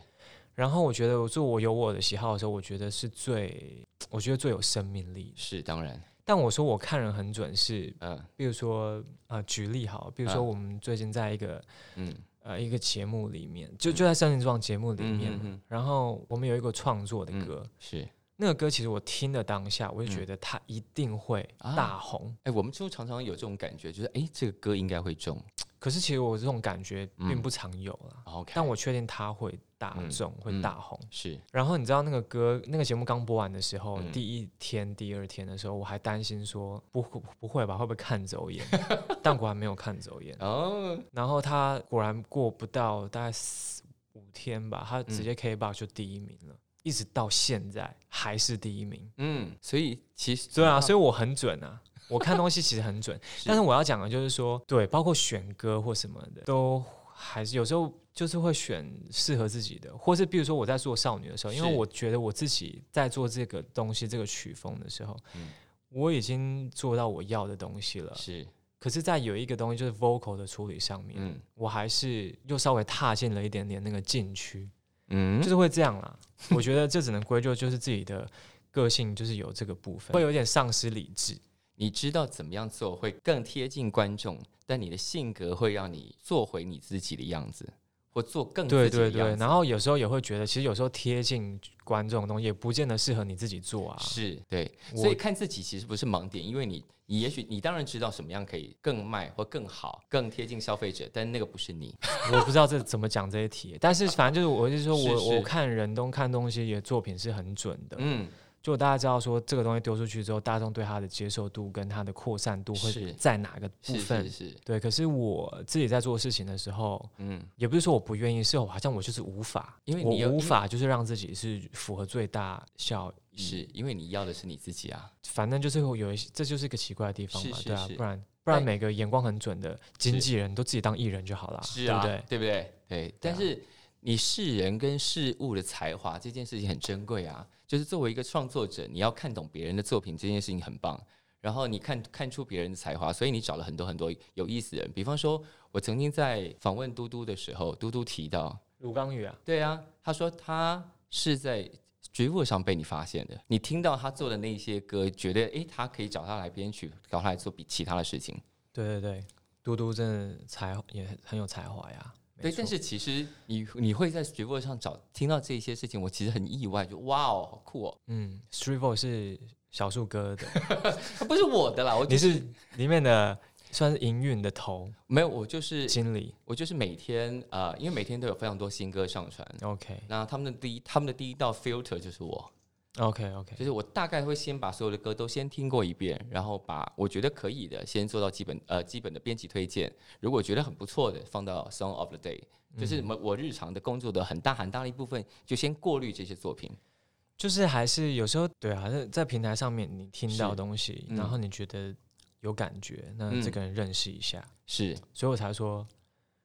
Speaker 2: 然后我觉得我做我有我的喜好的时候，我觉得是最我觉得最有生命力的。
Speaker 1: 是当然，
Speaker 2: 但我说我看人很准是，
Speaker 1: 嗯
Speaker 2: 比如说啊、呃举例好，比如说
Speaker 1: 嗯
Speaker 2: 我们最近在一个。
Speaker 1: 嗯
Speaker 2: 呃一个节目里面，就就在《森林之王》节目里
Speaker 1: 嗯
Speaker 2: 面，
Speaker 1: 嗯嗯
Speaker 2: 然后我们有一个创作的
Speaker 1: 嗯
Speaker 2: 歌，
Speaker 1: 是。
Speaker 2: 那个歌其实我听的当下，我就觉得它一定会
Speaker 1: 啊
Speaker 2: 大红。
Speaker 1: 哎、我们就常常有这种感觉，就是哎、这个歌应该会中。
Speaker 2: 可是其实我这种感觉并
Speaker 1: 嗯
Speaker 2: 不常有啦，
Speaker 1: OK，
Speaker 2: 但我确定它会大众、会
Speaker 1: 嗯
Speaker 2: 大红。
Speaker 1: 是
Speaker 2: 然后你知道那个歌那个节目刚播完的时候，
Speaker 1: 嗯
Speaker 2: 第一天、第二天的时候，我还担心说不会不会吧，会不会看走眼？ 但果然没有看走眼。
Speaker 1: 哦，
Speaker 2: 然后他果然过不到大概四五天吧，他直接 KBox 就第一名了，一直到现在还是第一名。
Speaker 1: 嗯，所以其实
Speaker 2: 对啊，所
Speaker 1: 以
Speaker 2: 以我很准 啊，我看东西其实很准。但是我要讲的就是说，对，包括选歌或什么的，都还是有时候就是会选适合自己的，或是比如说我在做少女的时候，因为
Speaker 1: 是
Speaker 2: 我觉得我自己在做这个东西、这个曲风的时候，
Speaker 1: 嗯
Speaker 2: 我已经做到我要的东西了。
Speaker 1: 是
Speaker 2: 可是，在有一个东西就是 vocal 的处理上面，
Speaker 1: 嗯
Speaker 2: 我还是又稍微踏进了一点点那个禁区，
Speaker 1: 嗯，
Speaker 2: 就是会这样啦。我觉得这只能归咎就是自己的个性，就是有这个部分，会有点丧失理智。
Speaker 1: 你知道怎么样做会更贴近观众，但你的性格会让你做回你自己的样子，或做更
Speaker 2: 对
Speaker 1: 嗯自己的
Speaker 2: 对
Speaker 1: 样子。
Speaker 2: 对，然后有时候也会觉得，其实有时候贴近观众的东西也不见得适合你自己做啊。
Speaker 1: 是对，
Speaker 2: 我
Speaker 1: 所以看自己其实不是盲点，因为你你也许你当然知道什么样可以更卖或更好、更贴近消费者，但那个不是你。
Speaker 2: 我不知道这怎么讲这一题，但是反正就是我就是说我
Speaker 1: 是是
Speaker 2: 我看人东看东西，也作品是很准的，
Speaker 1: 嗯，
Speaker 2: 就大家知道说这个东西丢出去之后，大众对它的接受度跟它的扩散度会
Speaker 1: 是
Speaker 2: 在哪个部
Speaker 1: 是
Speaker 2: 分
Speaker 1: 是是，
Speaker 2: 对，可是我自己在做事情的时候，
Speaker 1: 嗯，
Speaker 2: 也不是说我不愿意，是我好像我就是无法，
Speaker 1: 因为
Speaker 2: 我
Speaker 1: 你嗯有
Speaker 2: 无
Speaker 1: 因为
Speaker 2: 法就是让自己是符合最大效益。
Speaker 1: 是，因为你要的是你自己啊。
Speaker 2: 反正就是会有一些，这就是一个奇怪的地方
Speaker 1: 是
Speaker 2: 嘛，
Speaker 1: 是
Speaker 2: 对啊，
Speaker 1: 是
Speaker 2: 不然不然
Speaker 1: 但
Speaker 2: 每个眼光很准的经
Speaker 1: 是
Speaker 2: 纪人都自己当艺人就好了，
Speaker 1: 是
Speaker 2: 对
Speaker 1: 啊，
Speaker 2: 不对？
Speaker 1: 不对？对，啊但是你是人跟事物的才华这件事情很珍贵啊。就是作为一个创作者，你要看懂别人的作品这件事情很棒。然后你看看出别人的才华，所以你找了很多很多有意思的人。比方说，我曾经在访问嘟嘟的时候，嘟嘟提到，
Speaker 2: 卢刚宇啊，
Speaker 1: 对啊，他说他是在 Drive 上被你发现的。你听到他做的那些歌，觉得诶，他可以找他来编曲，找他来做比其他的事情。
Speaker 2: 对对对，嘟嘟真的才也很有才华呀，没
Speaker 1: 对，
Speaker 2: 错
Speaker 1: 但是其实你你会在 s t r e v o 上找听到这些事情，我其实很意外，就哇哦，好酷哦！
Speaker 2: 嗯，Street Voice 是小树哥的，
Speaker 1: 它啊不是我的啦，我
Speaker 2: 你
Speaker 1: 就是
Speaker 2: 里面的算是营运的头
Speaker 1: 没有，我就是
Speaker 2: 经理
Speaker 1: 我就是每天呃，因为每天都有非常多新歌上传，
Speaker 2: ，OK
Speaker 1: 那他们的第一他们的第一道 filter 就是我，
Speaker 2: OK OK，
Speaker 1: 就是我大概会先把所有的歌都先听过一遍，然后把我觉得可以的先做到基本呃基本的编辑推荐，如果觉得很不错的放到 song of the day，就是
Speaker 2: 嗯
Speaker 1: 我我日常的工作的很大很大的一部分就先过滤这些作品，
Speaker 2: 就是还是有时候对啊，在在平台上面你听到
Speaker 1: 是
Speaker 2: 东西，
Speaker 1: 嗯
Speaker 2: 然后你觉得有感觉，那
Speaker 1: 嗯
Speaker 2: 这个人认识一下，
Speaker 1: 是
Speaker 2: 所以我才说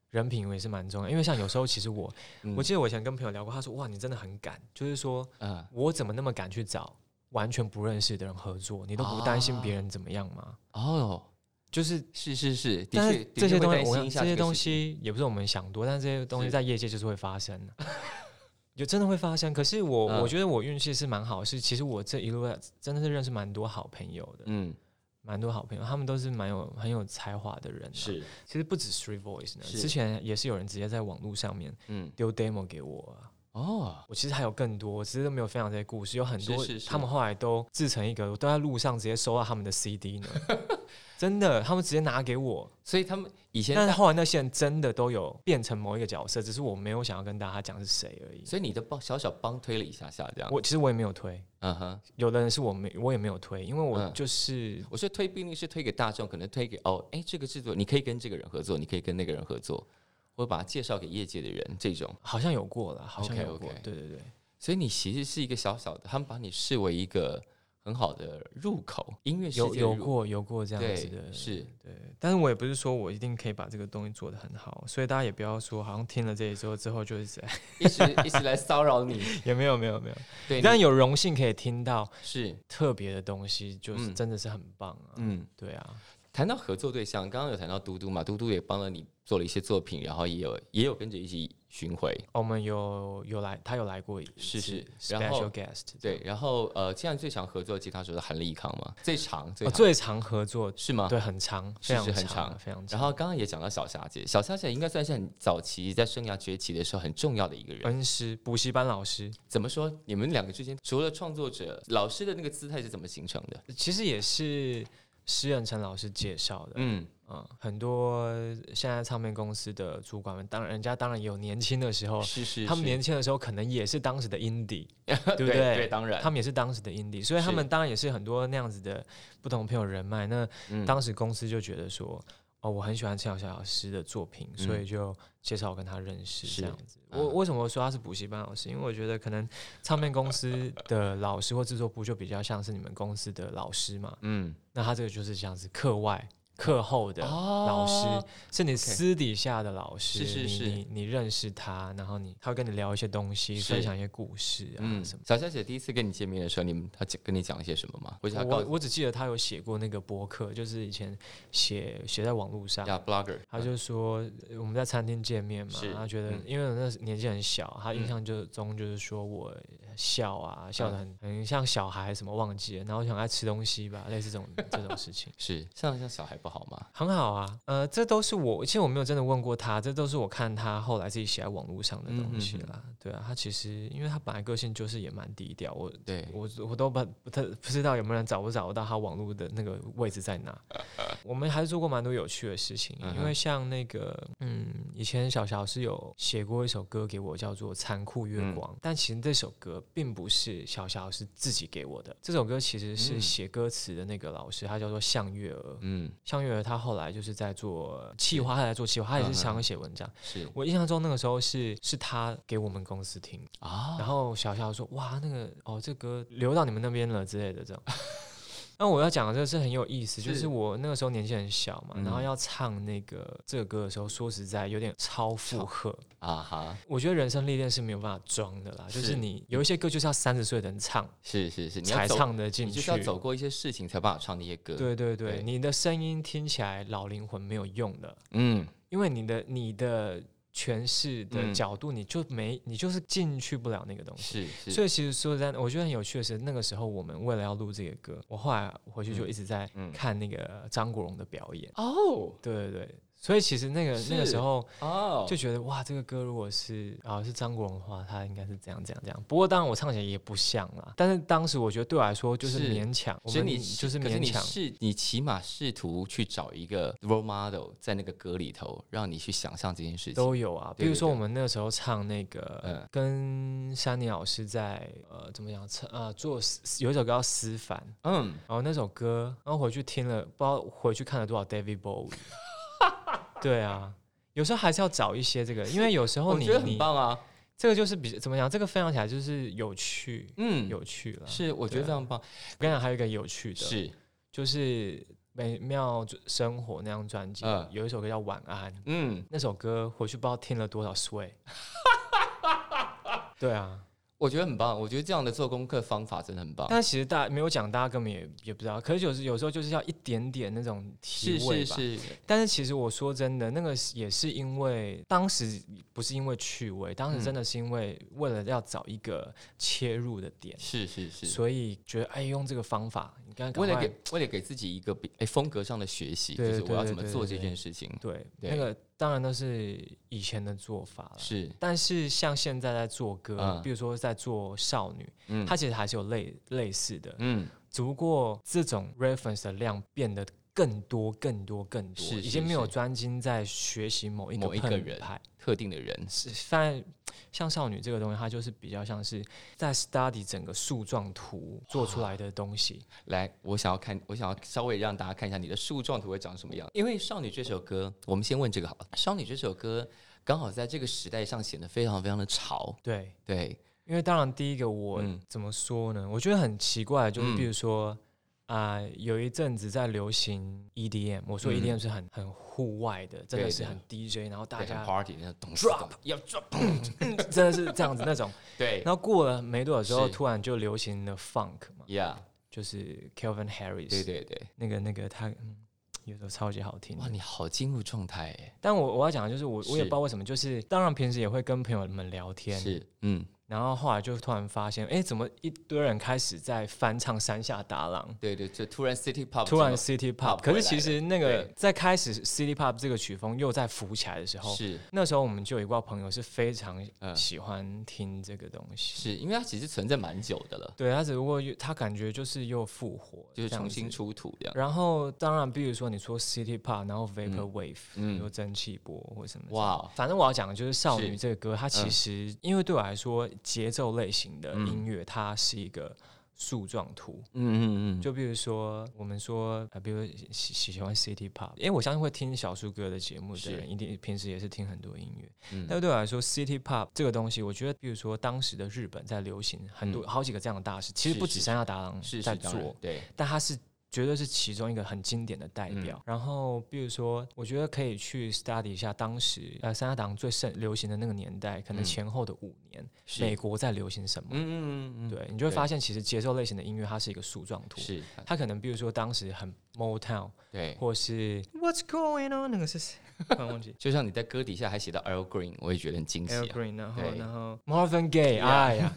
Speaker 2: 人品也是蛮重要，因为像有时候其实我，
Speaker 1: 嗯
Speaker 2: 我记得我以前跟朋友聊过，他说哇，你真的很敢，就是说
Speaker 1: 嗯，
Speaker 2: 我怎么那么敢去找完全不认识的人合作？你都不担
Speaker 1: 啊
Speaker 2: 心别人怎么样吗？
Speaker 1: 哦，
Speaker 2: 就是，
Speaker 1: 是是是，的
Speaker 2: 但
Speaker 1: 确
Speaker 2: 是，这些东西，我
Speaker 1: 我
Speaker 2: 想这些东西也不是我们想多，但是这些东西
Speaker 1: 是
Speaker 2: 在业界就是会发生的， 就真的会发生。可是我，
Speaker 1: 嗯
Speaker 2: 我觉得我运气是蛮好，是其实我这一路真的是认识蛮多好朋友的，
Speaker 1: 嗯，
Speaker 2: 蛮多好朋友，他们都是蛮有很有才华的人、，
Speaker 1: 是，
Speaker 2: 其实不止 Three Voice 呢，
Speaker 1: 是
Speaker 2: 之前也是有人直接在网络上面
Speaker 1: 嗯，
Speaker 2: 丢 demo 给我啊、
Speaker 1: 哦，
Speaker 2: 我其实还有更多，我其实都没有分享这些故事，有很多
Speaker 1: 是是是
Speaker 2: 他们后来都制成一个，我都在路上直接收到他们的 CD 呢，真的，他们直接拿给我。
Speaker 1: 所以他们以前
Speaker 2: 但是
Speaker 1: 大，
Speaker 2: 后来那些人真的都有变成某一个角色，只是我没有想要跟大家讲是谁而已。
Speaker 1: 所以你的帮小小帮推了一下下这样，
Speaker 2: 我其实我也没有推，
Speaker 1: 嗯哼，
Speaker 2: 有的人是我没我也没有推，因为我
Speaker 1: 嗯
Speaker 2: 就是、
Speaker 1: 我说推不一定是推给大众，可能推给哦，哎，这个制作你可以跟这个人合作，你可以跟那个人合作，或者把它介绍给业界的人这种，
Speaker 2: 好像有过了，好像有过
Speaker 1: OK，OK
Speaker 2: 对对对。
Speaker 1: 所以你其实是一个小小的，他们把你视为一个很好的入口，音乐世
Speaker 2: 有
Speaker 1: 界
Speaker 2: 有
Speaker 1: 入
Speaker 2: 过有过这样子
Speaker 1: 对
Speaker 2: 的，
Speaker 1: 是
Speaker 2: 对。但是我也不是说我一定可以把这个东西做得很好，所以大家也不要说好像听了这一周之后就是这样，
Speaker 1: 一直一直来骚扰你，
Speaker 2: 也没有没有没有。
Speaker 1: 对，
Speaker 2: 但有荣幸可以听到
Speaker 1: 是
Speaker 2: 特别的东西，就是
Speaker 1: 嗯
Speaker 2: 真的是很棒啊。
Speaker 1: 嗯。
Speaker 2: 对啊，
Speaker 1: 谈到合作对象，刚刚有谈到嘟嘟嘛，嘟嘟也帮了你做了一些作品，然后也有也有跟着一起巡回，
Speaker 2: 哦我们有有来，他有来过一次
Speaker 1: 是是然后
Speaker 2: special guest，
Speaker 1: 对，然后呃，现在最常合作的吉他手是韩立康嘛，最长最
Speaker 2: 哦
Speaker 1: 长、
Speaker 2: 最常合作，
Speaker 1: 是吗？
Speaker 2: 对，很长，
Speaker 1: 啊是
Speaker 2: 非常
Speaker 1: 是很
Speaker 2: 长啊，
Speaker 1: 长
Speaker 2: 非常长。
Speaker 1: 然后刚刚也讲到小霞姐，小霞姐应该算是很早期在生涯崛起的时候很重要的一个人。
Speaker 2: 恩师补习班老师，
Speaker 1: 怎么说？你们两个之间，除了创作者，老师的那个姿态是怎么形成的？
Speaker 2: 其实也是施仁成老师介绍的，
Speaker 1: 嗯，
Speaker 2: 嗯，很多现在唱片公司的主管们，当然人家当然也有年轻的时候，
Speaker 1: 嗯是是，
Speaker 2: 他们
Speaker 1: 是
Speaker 2: 年轻的时候可能也是当时的 indie，对 不
Speaker 1: 对
Speaker 2: 对
Speaker 1: 对，当然，
Speaker 2: 他们也是当时的 indie，所以他
Speaker 1: 哎是
Speaker 2: 们当然也是很多那样子的不同朋友人脉。那
Speaker 1: 嗯
Speaker 2: 当时公司就觉得说，哦，我很喜欢陈小霞老师的作品，所以就介绍我跟他认识
Speaker 1: 嗯是
Speaker 2: 这样子。
Speaker 1: 嗯
Speaker 2: 我为什么说他是补习班老师？因为我觉得可能唱片公司的老师或制作部就比较像是你们公司的老师嘛，
Speaker 1: 嗯，
Speaker 2: 那他这个就是像是课外。课后的嗯老
Speaker 1: 老
Speaker 2: 师、啊
Speaker 1: 哦、
Speaker 2: 是你私底下的老师，
Speaker 1: 是是是
Speaker 2: 你你你认识他，然后你他会跟你聊一些东西，
Speaker 1: 是
Speaker 2: 分享一些故事啊
Speaker 1: 嗯，
Speaker 2: 什么。
Speaker 1: 小霞姐第一次跟你见面的时候，你们她讲跟你讲了些什么吗？或者她告
Speaker 2: 我
Speaker 1: 诉
Speaker 2: 我只记得他有写过那个博客，就是以前写写在网络上
Speaker 1: 你，呀 blogger，嗯
Speaker 2: 他就说呃我们在餐厅见面嘛
Speaker 1: 是，
Speaker 2: 他觉得
Speaker 1: 嗯
Speaker 2: 因为我那时年纪很小，他印
Speaker 1: 嗯
Speaker 2: 象就中就是说我笑啊笑的很很像小孩什么忘记了，然后想爱吃东西吧，类似这种这种事情。
Speaker 1: 是像像小孩不好吗？
Speaker 2: 很好啊，呃，这都是我，其实我没有真的问过他，这都是我看他后来自己写在网络上的
Speaker 1: 嗯
Speaker 2: 东西啦。对啊，他其实因为他本来个性就是也蛮低调，我
Speaker 1: 对，
Speaker 2: 我我都不不太不知道有没有人找不找得到他网络的那个位置在 哪。我们还是做过蛮多有趣的事情，
Speaker 1: 嗯哼
Speaker 2: 因为像那个嗯，以前小乔是有写过一首歌给我，叫做《残酷月
Speaker 1: 嗯
Speaker 2: 光》，但其实这首歌并不是小乔是自己给我的，这首歌其实是
Speaker 1: 嗯
Speaker 2: 写歌词的那个老师，他叫做向月儿。
Speaker 1: 嗯，
Speaker 2: 向月儿她后来就是在做企划，她在做企划，她也是
Speaker 1: 嗯
Speaker 2: 常常写文章。
Speaker 1: 是
Speaker 2: 我印象中那个时候是是她给我们公司听，
Speaker 1: 啊，
Speaker 2: 然后小小说：“哇，那个哦，这歌流到你们那边了之类的这种。” 那我要讲的这个是很有意思，就是是我那个时候年纪很小嘛，
Speaker 1: 嗯
Speaker 2: 然后要唱那个这个歌的时候，说实在有点超负荷。
Speaker 1: 啊哈，
Speaker 2: 我觉得人生历练是没有办法装的啦，就是
Speaker 1: 是
Speaker 2: 你有一些歌就是要三十岁的人唱
Speaker 1: 是是是，你要
Speaker 2: 才
Speaker 1: 走，
Speaker 2: 唱得进
Speaker 1: 你就
Speaker 2: 去
Speaker 1: 是。要走过一些事情才有办法唱那些歌。，
Speaker 2: 对对对，
Speaker 1: 对
Speaker 2: 你的声音听起来老灵魂没有用的，
Speaker 1: 嗯，
Speaker 2: 因为你的你的诠释的
Speaker 1: 嗯
Speaker 2: 角度，你就没你就是进去不了那个东西。
Speaker 1: 是是，
Speaker 2: 所以其实说实在，我觉得很有趣的是，那个时候我们为了要录这个歌，我后来回去就一直在
Speaker 1: 嗯
Speaker 2: 看那个张国荣的表演。
Speaker 1: 哦
Speaker 2: 对对对，所以其实那个
Speaker 1: 是
Speaker 2: 那个时候
Speaker 1: 哦，
Speaker 2: 就觉得哇，这个歌如果是啊是张国荣的话，他应该是这样这样这样。不过当然我唱起来也不像啦，但是当时我觉得对我来说就是
Speaker 1: 是
Speaker 2: 勉强，我
Speaker 1: 所以
Speaker 2: 们
Speaker 1: 你
Speaker 2: 就是
Speaker 1: 可是
Speaker 2: 勉
Speaker 1: 你
Speaker 2: 强。
Speaker 1: 是你起码试图去找一个 role model 在那个歌里头，让你去想象这件事情。
Speaker 2: 都有啊，比
Speaker 1: 对
Speaker 2: 如
Speaker 1: 对
Speaker 2: 说
Speaker 1: 对
Speaker 2: 我们那个时候唱那个，
Speaker 1: 嗯
Speaker 2: 跟山妮老师在呃怎么讲唱啊、做有一首歌叫《思凡》，
Speaker 1: 嗯，
Speaker 2: 然后那首歌，然后回去听了，不知道回去看了多少 David Bowie。对啊，有时候还是要找一些这个，因为有时候
Speaker 1: 我
Speaker 2: 哦你
Speaker 1: 觉得
Speaker 2: 你
Speaker 1: 很棒啊。
Speaker 2: 这个就是比怎么讲，这个分享起来就是有趣，
Speaker 1: 嗯，
Speaker 2: 有趣了。
Speaker 1: 是我觉
Speaker 2: 对
Speaker 1: 得
Speaker 2: 啊
Speaker 1: 非常棒。
Speaker 2: 我跟你讲，还有一个有趣的，
Speaker 1: 是
Speaker 2: 就是。美妙生活》那张专辑
Speaker 1: 嗯，
Speaker 2: 有一首歌叫《晚安》，
Speaker 1: 嗯，
Speaker 2: 那首歌回去不知道听了多少 sway。对啊，
Speaker 1: 我觉得很棒，我觉得这样的做功课方法真的很棒。
Speaker 2: 但其实大家没有讲，大家根本也也不知道。可是有时有时候就是要一点点那种提
Speaker 1: 是
Speaker 2: 味
Speaker 1: 是
Speaker 2: 吧。
Speaker 1: 是，
Speaker 2: 但是其实我说真的，那个是也是因为当时不是因为趣味，当时
Speaker 1: 嗯
Speaker 2: 真的是因为为了要找一个切入的点，
Speaker 1: 是是是，
Speaker 2: 所以觉得哎，用这个方法，你刚刚
Speaker 1: 为
Speaker 2: 赶
Speaker 1: 了
Speaker 2: 快
Speaker 1: 给为了给自己一个比哎风格上的学习，就
Speaker 2: 对
Speaker 1: 是
Speaker 2: 对
Speaker 1: 我要
Speaker 2: 对
Speaker 1: 怎么
Speaker 2: 对
Speaker 1: 做
Speaker 2: 对
Speaker 1: 这
Speaker 2: 对啊
Speaker 1: 件事情。
Speaker 2: 对
Speaker 1: 对
Speaker 2: 那个当然都是以前的做法了。
Speaker 1: 是，
Speaker 2: 但是像现在在做歌，
Speaker 1: 嗯
Speaker 2: 比如说在做少女，
Speaker 1: 嗯
Speaker 2: 它其实还是有类类似的，
Speaker 1: 嗯，
Speaker 2: 只不过这种 reference 的量变得更多、更多、更多，
Speaker 1: 是
Speaker 2: 已
Speaker 1: 是
Speaker 2: 经没有
Speaker 1: 是
Speaker 2: 专精在学习某一个
Speaker 1: 某一个
Speaker 2: 品
Speaker 1: 人
Speaker 2: 牌。
Speaker 1: 特定的人
Speaker 2: 是，但像少女这个东西，它就是比较像是在 study 整个树状图做出来的东西。
Speaker 1: 来，我想要看，我想要稍微让大家看一下你的树状图会长什么样。因为《少女》这首歌，我们先问这个好了，《少女》这首歌刚好在这个时代上显得非常非常的潮，
Speaker 2: 对，
Speaker 1: 对，
Speaker 2: 因为当然第一个我、
Speaker 1: 嗯
Speaker 2: 怎么说呢？我觉得很奇怪，就是
Speaker 1: 嗯
Speaker 2: 比如说啊、有一阵子在流行 EDM，我说
Speaker 1: 嗯
Speaker 2: EDM 是很、很户外的，真的
Speaker 1: 对
Speaker 2: 是
Speaker 1: 的
Speaker 2: 很 DJ，然后大
Speaker 1: 对很
Speaker 2: 家
Speaker 1: party 那种咚
Speaker 2: Drop
Speaker 1: 咚要 drop，
Speaker 2: 真的是这样子那种。
Speaker 1: 对
Speaker 2: 然后过了没多少之后，
Speaker 1: 是
Speaker 2: 突然就流行了 Funk 嘛，
Speaker 1: ，Yeah，
Speaker 2: 就是 Kelvin Harris，
Speaker 1: 对对对，
Speaker 2: 那个那个他、嗯、有时候超级好听的
Speaker 1: 哇，。你好进入状态
Speaker 2: 但我我要讲的就是我我也
Speaker 1: 是
Speaker 2: 不知道为什么，就是当然平时也会跟朋友们聊
Speaker 1: 哎，
Speaker 2: 天，
Speaker 1: 是，嗯，
Speaker 2: 然后后来就突然发现，哎，怎么一堆人开始在翻唱山下达郎，
Speaker 1: 对对，就突然 City Pop，
Speaker 2: 突然 City Pop，
Speaker 1: Pop
Speaker 2: 可
Speaker 1: 回
Speaker 2: 是其
Speaker 1: 来
Speaker 2: 实那个
Speaker 1: 对
Speaker 2: 在开始 City Pop 这个曲风又在浮起来的时候，
Speaker 1: 是
Speaker 2: 那时候我们就有一个朋友是非常
Speaker 1: 嗯
Speaker 2: 喜欢听这个东西，
Speaker 1: 是因为它其实存在蛮久的了，
Speaker 2: 对他只不过又他感觉就是又复活，
Speaker 1: 就是
Speaker 2: 这样
Speaker 1: 重
Speaker 2: 子
Speaker 1: 新。出土这样。
Speaker 2: 然后当然，比如说你说 City Pop，然后 Vapor Wave，
Speaker 1: 嗯
Speaker 2: 嗯，说蒸汽波或什么之类的
Speaker 1: 哇，
Speaker 2: 反正我要讲的就是《少女
Speaker 1: 是》
Speaker 2: 这个歌，它其实、因为对我来说，节奏类型的
Speaker 1: 嗯
Speaker 2: 音乐，它是一个树状图。
Speaker 1: 嗯嗯嗯，
Speaker 2: 就比如说，我们说，呃、比如说喜喜喜欢 City Pop，因为我相信会听小树哥的节目的
Speaker 1: 是
Speaker 2: 人，一定平时也是听很多音乐。
Speaker 1: 嗯
Speaker 2: 但对我来说，City Pop 这个东西，我觉得，比如说当时的日本在流行很多、好几个这样的大师，其
Speaker 1: 是
Speaker 2: 实不止
Speaker 1: 嗯是
Speaker 2: 山下达郎
Speaker 1: 是是
Speaker 2: 在
Speaker 1: 当
Speaker 2: 做，
Speaker 1: 然对，
Speaker 2: 但它是绝对是其中一个很经典的代表。然后，比如说，我觉得可以去 study 一下当时呃三大堂最盛流行的那个年代，可能
Speaker 1: 嗯
Speaker 2: 前后的五年，
Speaker 1: 是
Speaker 2: 美国在流行什么？
Speaker 1: 嗯嗯嗯嗯，
Speaker 2: 对，你就会
Speaker 1: 对
Speaker 2: 发现，其实节奏类型的音乐它是一个树状图。
Speaker 1: 是，
Speaker 2: 它可能比如说当时很 Motown，
Speaker 1: 对，
Speaker 2: 或是 What's going on 那个是 谁？突然忘记。
Speaker 1: 就像你在歌底下还写到 Earl Green，我也觉得很惊喜、
Speaker 2: Air
Speaker 1: 啊。
Speaker 2: Green，然后
Speaker 1: 对
Speaker 2: 然后 Marvin Gaye，
Speaker 1: Yeah
Speaker 2: 哎呀，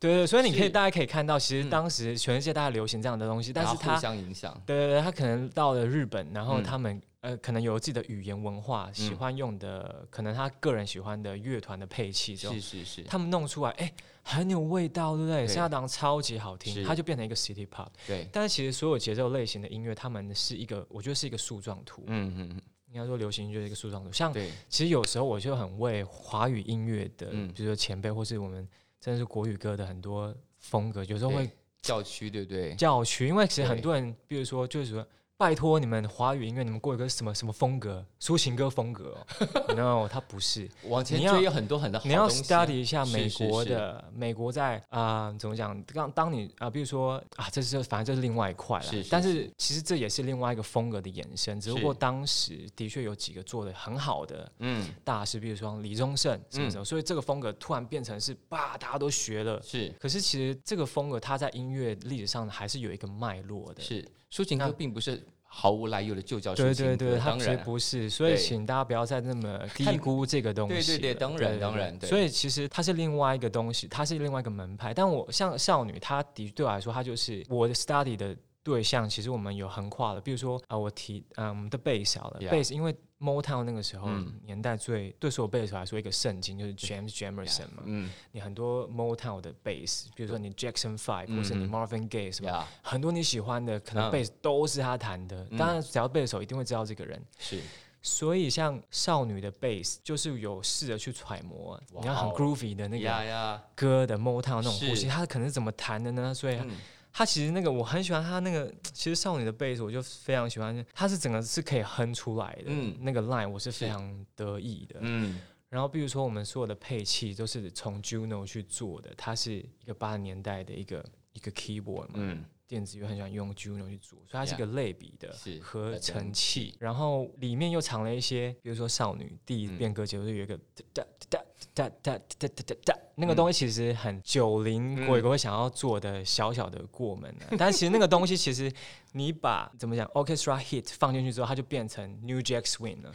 Speaker 2: 对对，所以你可以
Speaker 1: 是
Speaker 2: 大家可以看到，其实
Speaker 1: 嗯
Speaker 2: 当时全世界大家流行这样的东西，但
Speaker 1: 然
Speaker 2: 是
Speaker 1: 后
Speaker 2: 它
Speaker 1: 互相影响，
Speaker 2: 对对对，他可能到了日本，然后
Speaker 1: 嗯
Speaker 2: 他们、呃，可能有自己的语言文化，喜欢用的，可能他个人喜欢的乐团的配器之后
Speaker 1: 是，是是，
Speaker 2: 他们弄出来，哎，很有味道，对不对？
Speaker 1: 对
Speaker 2: 现在当超级好听，
Speaker 1: 是
Speaker 2: 它就变成一个 city pop。
Speaker 1: 对，
Speaker 2: 但是其实所有节奏类型的音乐，他们是一个，我觉得是一个树状图。
Speaker 1: 嗯嗯
Speaker 2: 应该说流行音乐是一个树状图。像
Speaker 1: 嗯，对，
Speaker 2: 其实有时候我就很为华语音乐的，
Speaker 1: 嗯
Speaker 2: 比如说前辈或是我们真的是国语歌的很多风格，有时候会
Speaker 1: 对教区对不对？
Speaker 2: 教区，因为其实
Speaker 1: 对
Speaker 2: 很多人，比如说就是说，拜托你们华语音乐，你们过一个什么什么风格，抒情歌风格、哦、？No，它不 是。
Speaker 1: 往前
Speaker 2: 你要
Speaker 1: 追有很多很多好
Speaker 2: 你要
Speaker 1: 东西。啊
Speaker 2: study 一下美
Speaker 1: 是
Speaker 2: 国
Speaker 1: 是
Speaker 2: 的，美国在啊、怎么讲？当当你啊、比如说啊，这是反正这是另外一块了。
Speaker 1: 是是
Speaker 2: 但
Speaker 1: 是
Speaker 2: 是其实这也是另外一个风格的延伸，只不过
Speaker 1: 是
Speaker 2: 当时的确有几个做的很好的
Speaker 1: 嗯，
Speaker 2: 大师，比如说李宗盛什么什么，所以这个风格突然变成是吧，大家都学了。
Speaker 1: 是
Speaker 2: 可是其实这个风格，它在音乐历史上还是有一个脉络的。
Speaker 1: 是，抒情歌
Speaker 2: 那
Speaker 1: 并不是毫无来由的就叫抒
Speaker 2: 对
Speaker 1: 情歌，
Speaker 2: 对对，它
Speaker 1: 当
Speaker 2: 其实
Speaker 1: 然
Speaker 2: 不是，所以
Speaker 1: 对
Speaker 2: 请大家不要再那么低
Speaker 1: 看
Speaker 2: 估这个东西
Speaker 1: 对
Speaker 2: 了。
Speaker 1: 对对当然当然对
Speaker 2: 所以其实它是另外一个东西，它是另外一个门派。但我像少女，她的对我来说，她就是我的 study 的对象。其实我们有横跨的，比如说啊、我提嗯、我们的贝斯好了，
Speaker 1: Yeah
Speaker 2: 贝斯因为 Motown 那个时候、
Speaker 1: 嗯
Speaker 2: 年代最对所有贝斯手来说一个圣经就是 James Jamerson 嘛，
Speaker 1: 嗯
Speaker 2: 你很多 Motown 的贝斯，比如说你 Jackson Five、
Speaker 1: 嗯
Speaker 2: 或是你 Marvin Gaye 什么
Speaker 1: 呀
Speaker 2: 很多你喜欢的，可
Speaker 1: 嗯
Speaker 2: 能贝斯都是他弹的。
Speaker 1: 嗯
Speaker 2: 当然，只要贝斯手一定会知道这个人。
Speaker 1: 是
Speaker 2: 所以，像少女的贝斯，就是有试着去揣摩，啊
Speaker 1: 哇哦
Speaker 2: 你要很 groovy 的那
Speaker 1: 呀
Speaker 2: 个
Speaker 1: 呀，
Speaker 2: 歌的 Motown 那种呼
Speaker 1: 是
Speaker 2: 吸，他可能是怎么弹的呢？所以
Speaker 1: 嗯
Speaker 2: 他其实那个我很喜欢他那个，其实少女的贝斯我就非常喜欢，他是整个是可以哼出来的，
Speaker 1: 嗯
Speaker 2: 那个 line 我是
Speaker 1: 是
Speaker 2: 非常得意的。
Speaker 1: 嗯
Speaker 2: 然后，比如说我们所有的配器都是从 Juno 去做的，它是一个八十年代的一个一个 keyboard 嘛，
Speaker 1: 嗯
Speaker 2: 电子乐很喜欢用 Juno 去做，所以它是一
Speaker 1: Yeah
Speaker 2: 个类比的
Speaker 1: 是
Speaker 2: 合成
Speaker 1: 器
Speaker 2: 器。然后里面又藏了一些，比如说少女第一
Speaker 1: 嗯
Speaker 2: 遍歌结束就有一个哒哒哒哒哒哒哒哒哒，那个东西其实很九零鬼鬼
Speaker 1: 嗯
Speaker 2: 会想要做的小小的过门、啊，但其实那个东西其实你把怎么讲 orchestra hit 放进去之后，它就变成 New Jack Swing 了。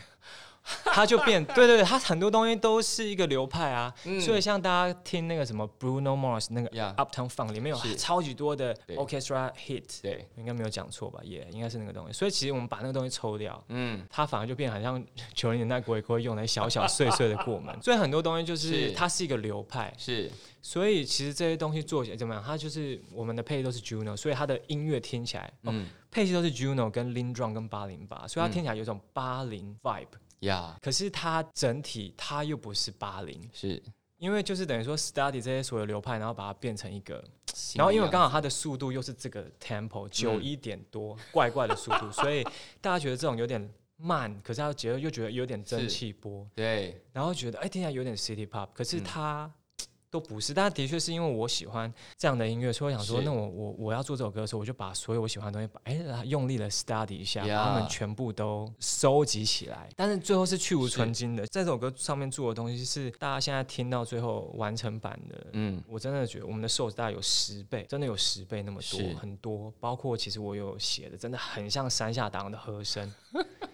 Speaker 2: 它就变，对对对，它很多东西都是一个流派啊，
Speaker 1: 嗯
Speaker 2: 所以像大家听那个什么 Bruno Mars 那个
Speaker 1: Yeah
Speaker 2: Uptown Funk 里面有
Speaker 1: 是
Speaker 2: 超级多的
Speaker 1: 对
Speaker 2: orchestra hit，
Speaker 1: 对，
Speaker 2: 应该没有讲错吧？也、应该是那个东西。所以其实我们把那个东西抽掉，
Speaker 1: 嗯，
Speaker 2: 它反而就变得很像 九零年代国语歌用的小小碎碎的过 门。所以很多东西就是
Speaker 1: 是
Speaker 2: 它是一个流派，
Speaker 1: 是
Speaker 2: 所以其实这些东西做起来怎么样？它就是我们的配器都是 Juno，所以它的音乐听起来，哦
Speaker 1: 嗯
Speaker 2: 配器都是 Juno 跟 Lindrum 跟八零八，所以它听起来有一种八零 vibe。
Speaker 1: 呀，
Speaker 2: 可是它整体它又不是八零，
Speaker 1: 是。
Speaker 2: 因为就是等于说 study 这些所有流派，然后把它变成一个
Speaker 1: 新
Speaker 2: 然后因为
Speaker 1: 的
Speaker 2: 刚
Speaker 1: 样
Speaker 2: 好它的速度又是这个 tempo
Speaker 1: 嗯
Speaker 2: 九一点多，怪怪的速 度，所以大家觉得这种有点慢，可是它节奏又觉得有点蒸汽波，
Speaker 1: 子对
Speaker 2: 然后觉得哎听起来有点 city
Speaker 1: 嗯
Speaker 2: pop，可是它。都不是，但它的确是因为我喜欢这样的音乐，所以我想说，
Speaker 1: 是
Speaker 2: 那我我我要做这首歌的时候，我就把所有我喜欢的东西，把哎用力的 study 一下，把它们
Speaker 1: Yeah
Speaker 2: 全部都收集起来。但是最后是去无
Speaker 1: 是
Speaker 2: 存菁的，在这首歌上面做的东西是大家现在听到最后完成版的，
Speaker 1: 嗯
Speaker 2: 我真的觉得我们的瘦子大概有十倍，真的有十倍那么多
Speaker 1: 是，
Speaker 2: 很多。包括其实我有写的，真的很像山下达郎的和 声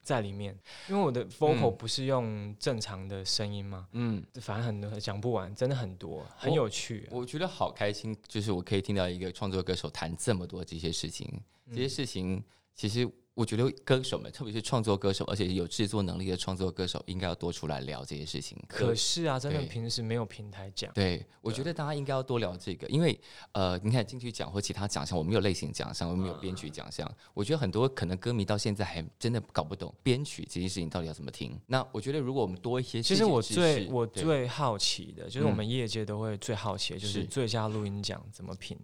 Speaker 2: 在里面，因为我的 vocal
Speaker 1: 嗯
Speaker 2: 不是用正常的声音嘛，
Speaker 1: 嗯，哦
Speaker 2: 反正很多讲不完，真的很多，很有趣、
Speaker 1: 我觉得好开心，就是我可以听到一个创作歌手谈这么多这些事情。
Speaker 2: 嗯
Speaker 1: 这些事情其实我觉得歌手们，特别是创作歌手，而且有制作能力的创作歌手，应该要多出来聊这些事情。
Speaker 2: 可是啊啊，真的
Speaker 1: 对
Speaker 2: 平时没有平台讲，
Speaker 1: 对，我觉得大家应该要多聊这个，因为呃，你看金曲奖或其他奖项，我们有类型奖项，我们有编曲奖
Speaker 2: 啊
Speaker 1: 项。我觉得很多可能歌迷到现在还真的搞不懂编曲这件事情到底要怎么听。那我觉得如果我们多一些
Speaker 2: 其
Speaker 1: 世界知
Speaker 2: 实我
Speaker 1: 识，
Speaker 2: 最我
Speaker 1: 对
Speaker 2: 最好奇的，就是
Speaker 1: 嗯
Speaker 2: 我们业界都会最好奇的，就是
Speaker 1: 是
Speaker 2: 最佳录音奖怎么 评，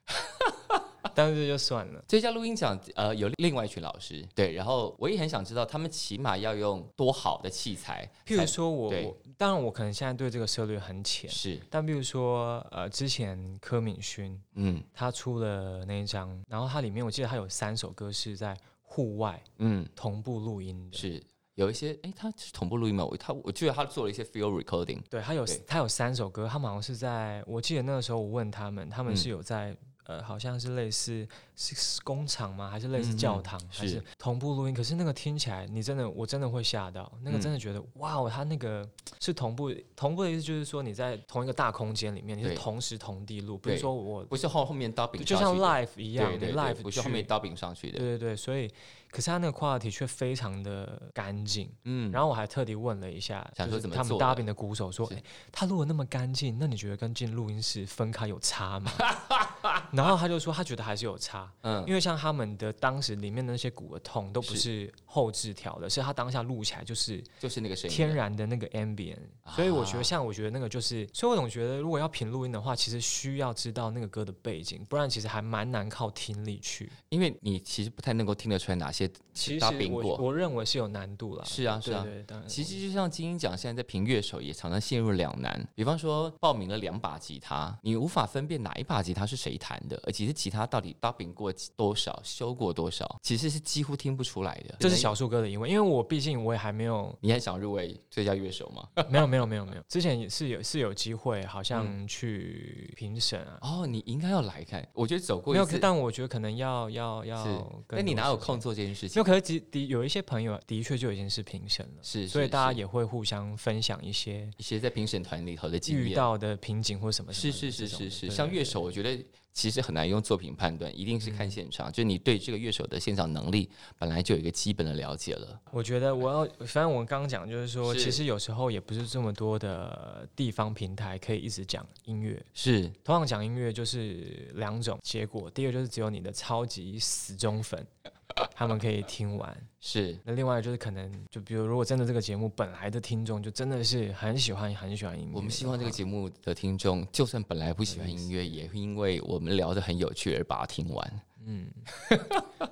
Speaker 2: 但是就算了。
Speaker 1: 最佳录音奖，呃，有另外一群老师，对，然后我也很想知道他们起码要用多好的器材才，
Speaker 2: 譬如说我，
Speaker 1: 对
Speaker 2: 我当然我可能现在对这个策略很浅，
Speaker 1: 是，
Speaker 2: 但比如说，呃，之前柯敏勋
Speaker 1: 嗯
Speaker 2: 他出了那一张，然后它里面我记得他有三首歌是在户外
Speaker 1: 嗯，
Speaker 2: 同步录音的，
Speaker 1: 是有一些，诶，他是同步录音吗？我他我记得他做了一些 field recording，
Speaker 2: 对，他有
Speaker 1: 对
Speaker 2: 他有三首歌，他们好像是在，我记得那个时候我问他们，他们
Speaker 1: 嗯
Speaker 2: 是有在。呃，好像是类似是是工厂吗？还是类似
Speaker 1: 嗯嗯
Speaker 2: 教堂？还
Speaker 1: 是
Speaker 2: 是同步录音？可是那个听起来，你真的我真的会吓到，那个
Speaker 1: 嗯
Speaker 2: 真的觉得、哇哦，他那个是同步同步的意思就是说你在同一个大空间里面，你是
Speaker 1: 对
Speaker 2: 同时同地录，不是
Speaker 1: 对
Speaker 2: 说我
Speaker 1: 不是后后面 dubbing
Speaker 2: 就
Speaker 1: 上
Speaker 2: 像
Speaker 1: 去的
Speaker 2: live 一样，
Speaker 1: 对对
Speaker 2: 你
Speaker 1: 对
Speaker 2: live
Speaker 1: 不是后
Speaker 2: 去
Speaker 1: 面 dubbing 上去
Speaker 2: 对对
Speaker 1: 的，
Speaker 2: 对，所以可是他那个 quality 却非常的干净。
Speaker 1: 嗯，
Speaker 2: 然后我还特地问了一下，
Speaker 1: 想
Speaker 2: 就
Speaker 1: 说
Speaker 2: 是
Speaker 1: 怎么
Speaker 2: 他们
Speaker 1: 做
Speaker 2: 大
Speaker 1: 的
Speaker 2: 饼的鼓手说，
Speaker 1: 是
Speaker 2: 哎，他录的那么干净，那你觉得跟进录音室分开有差 吗？然后他就说他觉得还是有差，
Speaker 1: 嗯
Speaker 2: 因为像他们的当时里面的那些鼓的痛都不是后置调的，是他当下录起来就是
Speaker 1: 就是那个声音的，
Speaker 2: 天然的那个 ambient，所以我觉得
Speaker 1: 啊
Speaker 2: 像我觉得那个就是，所以我总觉得如果要评录音的话，其实需要知道那个歌的背景，不然其实还蛮难靠听力去。
Speaker 1: 因为你其实不太能够听得出来哪些
Speaker 2: 其实
Speaker 1: dubbing
Speaker 2: 我
Speaker 1: 过，
Speaker 2: 我认为是有难度啦。
Speaker 1: 是啊是
Speaker 2: 对
Speaker 1: 啊。
Speaker 2: 对，当然
Speaker 1: 其实就像金鹰奖现在在评乐手也常常陷入两难，比方说报名了两把吉他，你无法分辨哪一把吉他是谁弹的，而其实吉他到底 dubbing 过多少、修过多少，其实是几乎听不出来的。
Speaker 2: 这是
Speaker 1: 可能
Speaker 2: 小树哥的疑问，因为我毕竟我也还没有，
Speaker 1: 你还想入围最佳乐手吗？
Speaker 2: 没有没有没有没有，之前也是有是有机会，好像去评审啊，
Speaker 1: 嗯哦，你应该要来看，我觉得走过
Speaker 2: 没
Speaker 1: 一
Speaker 2: 有，
Speaker 1: 次，
Speaker 2: 但我觉得可能要要
Speaker 1: 是
Speaker 2: 要，
Speaker 1: 那
Speaker 2: 跟
Speaker 1: 你哪有空？做这件事
Speaker 2: 没
Speaker 1: 情
Speaker 2: 有，？可是的的有一些朋友的确就已经是评审了，
Speaker 1: 是，
Speaker 2: 所以
Speaker 1: 是
Speaker 2: 大家
Speaker 1: 是
Speaker 2: 也会互相分享一些
Speaker 1: 一些在评审团里头的经
Speaker 2: 遇
Speaker 1: 验。
Speaker 2: 到的瓶颈或什么什
Speaker 1: 是
Speaker 2: 么
Speaker 1: 是
Speaker 2: 这
Speaker 1: 是
Speaker 2: 种的
Speaker 1: 是是，
Speaker 2: 对
Speaker 1: 像
Speaker 2: 对
Speaker 1: 乐
Speaker 2: 对
Speaker 1: 手，我觉得其实很难用作品判断，一定是看现场。就你对这个乐手的现场能力本来就有一个基本的了解了。
Speaker 2: 我觉得我要，反正我刚刚讲就是说，
Speaker 1: 是
Speaker 2: 其实有时候也不是这么多的地方平台可以一直讲音乐。
Speaker 1: 是，
Speaker 2: 通常讲音乐就是两种结果，第一个就是只有你的超级死忠 粉，他们可以听完；
Speaker 1: 是
Speaker 2: 那另外就是可能就比如如果真的这个节目本来的听众就真的是很喜欢很喜欢音乐的话，
Speaker 1: 我们希望这个节目的听众，就算本来不喜欢音乐，也会因为我们聊得很有趣而把它听完。
Speaker 2: 嗯，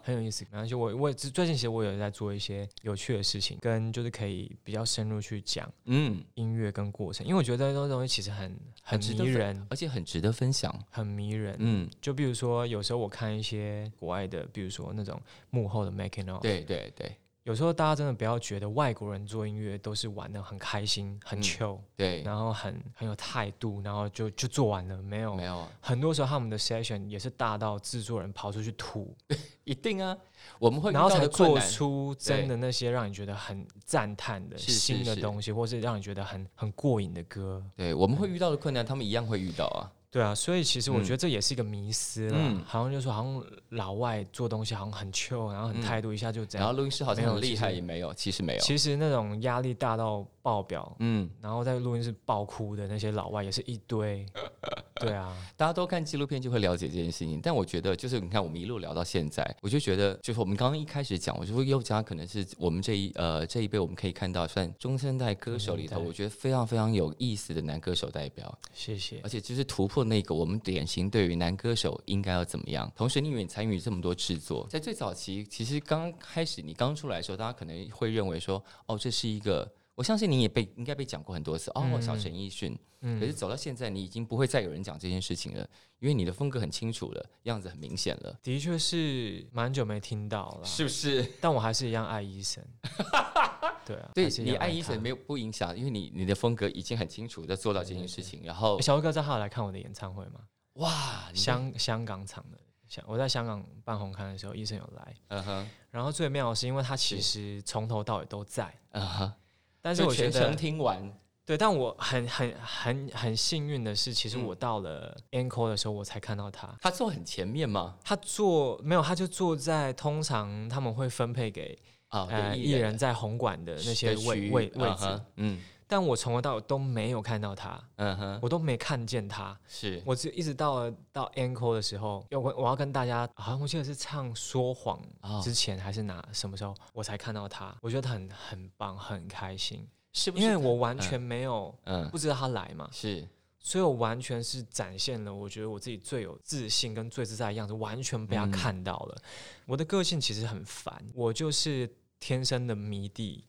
Speaker 2: 很有意思。 然后就我我也最最近其实我有在做一些有趣的事情，跟就是可以比较深入去讲
Speaker 1: 嗯，
Speaker 2: 音乐跟过程，因为我觉得这种东西其实很很
Speaker 1: 很值得
Speaker 2: 迷人，
Speaker 1: 而且很值得分享。
Speaker 2: 很迷人。
Speaker 1: 嗯，
Speaker 2: 就比如说，有时候我看一些国外的，比如说那种幕后的 making of，
Speaker 1: 对对对
Speaker 2: 有时候大家真的不要觉得外国人做音乐都是玩的很开心、很
Speaker 1: 嗯
Speaker 2: chill，、
Speaker 1: 对，
Speaker 2: 然后很很有态度，然后就就做完了，没有。
Speaker 1: 没有啊，
Speaker 2: 很多时候他们的 session 也是大到制作人跑出去吐，
Speaker 1: 一定啊，我们会遇
Speaker 2: 然后
Speaker 1: 到
Speaker 2: 才
Speaker 1: 的困
Speaker 2: 做
Speaker 1: 难。
Speaker 2: 出真的那些让你觉得很赞叹的
Speaker 1: 是是
Speaker 2: 新的
Speaker 1: 是
Speaker 2: 东西，或是让你觉得很很过瘾的歌。
Speaker 1: 对，我们会遇到的困难，他们一样会遇到啊。
Speaker 2: 对啊，所以其实我
Speaker 1: 嗯
Speaker 2: 觉得这也是一个迷思啦，
Speaker 1: 嗯
Speaker 2: 好像就说好像老外做东西好像很 chill，然后很
Speaker 1: 嗯
Speaker 2: 态度，一下就这
Speaker 1: 然后
Speaker 2: 样。
Speaker 1: 录音师好
Speaker 2: 没
Speaker 1: 像
Speaker 2: 有
Speaker 1: 很
Speaker 2: 其
Speaker 1: 厉害，
Speaker 2: 实
Speaker 1: 也没有，其实没有。
Speaker 2: 其实那种压力大到爆表，
Speaker 1: 嗯，
Speaker 2: 然后在录音室爆哭的那些老外也是一堆。对啊，
Speaker 1: 大家都看纪录片就会了解这件事情，但我觉得就是你看，我们一路聊到现在，我就觉得就是我们刚刚一开始讲，我就说佑嘉可能是我们这一呃这一辈我们可以看到算中生代歌手里头，
Speaker 2: 嗯对
Speaker 1: 我觉得非常非常有意思的男歌手代表，
Speaker 2: 谢谢
Speaker 1: 而。且就是突破那个我们典型对于男歌手应该要怎么样。同时，你也参与这么多制作，在最早期，其实刚开始你刚出来的时候，大家可能会认为说，哦，这是一个。我相信你也被应该被讲过很多次哦，
Speaker 2: 嗯
Speaker 1: 小陈奕迅，可是
Speaker 2: 嗯，
Speaker 1: 走到现在，你已经不会再有人讲这件事情了，因为你的风格很清楚了，样子很明显了，
Speaker 2: 的确是蛮久没听到了，
Speaker 1: 不是？
Speaker 2: 但我还是一样爱医 生。对啊，
Speaker 1: 对
Speaker 2: 还是一
Speaker 1: 你
Speaker 2: 样
Speaker 1: 爱医
Speaker 2: 他
Speaker 1: 生没有不影响，因为你你的风格已经很清楚的做到这件事情，然后
Speaker 2: 欸小哥哥，知道他有来看我的演唱会吗？
Speaker 1: 哇，啊你
Speaker 2: 香香港场的，香我在香港办红勘的时候，医生有来。
Speaker 1: 嗯哼
Speaker 2: 然后最妙的是，因为他其实从头到尾都在，
Speaker 1: 嗯哼，
Speaker 2: 但是
Speaker 1: 就
Speaker 2: 我觉
Speaker 1: 全程
Speaker 2: 得
Speaker 1: 听完，
Speaker 2: 对，但我很很很很幸运的是，其实
Speaker 1: 嗯
Speaker 2: 我到了 encore 的时候，我才看到他。
Speaker 1: 他坐很前面嘛，
Speaker 2: 他坐没有，他就坐在通常他们会分配给
Speaker 1: 啊，
Speaker 2: 呃
Speaker 1: 对
Speaker 2: 艺人在红馆的那些
Speaker 1: 的
Speaker 2: 位
Speaker 1: 区
Speaker 2: 位
Speaker 1: 嗯
Speaker 2: 位置
Speaker 1: 哼，嗯
Speaker 2: 但我从头到尾都没有看到他，
Speaker 1: 嗯哼，
Speaker 2: 我都没看见他。
Speaker 1: 是
Speaker 2: 我只一直到了到 encore 的时候，要我我要跟大家，好像我记得是唱《说谎
Speaker 1: 哦》
Speaker 2: 之前还是哪什么时候，我才看到他，我觉得很很棒，很开心，
Speaker 1: 是不是？
Speaker 2: 因为我完全没有、
Speaker 1: 嗯
Speaker 2: 不知道他来嘛，
Speaker 1: 是
Speaker 2: 所以我完全是展现了我觉得我自己最有自信跟最自在的样子，完全被他
Speaker 1: 嗯
Speaker 2: 看到了。我的个性其实很烦，我就是天生的迷 弟，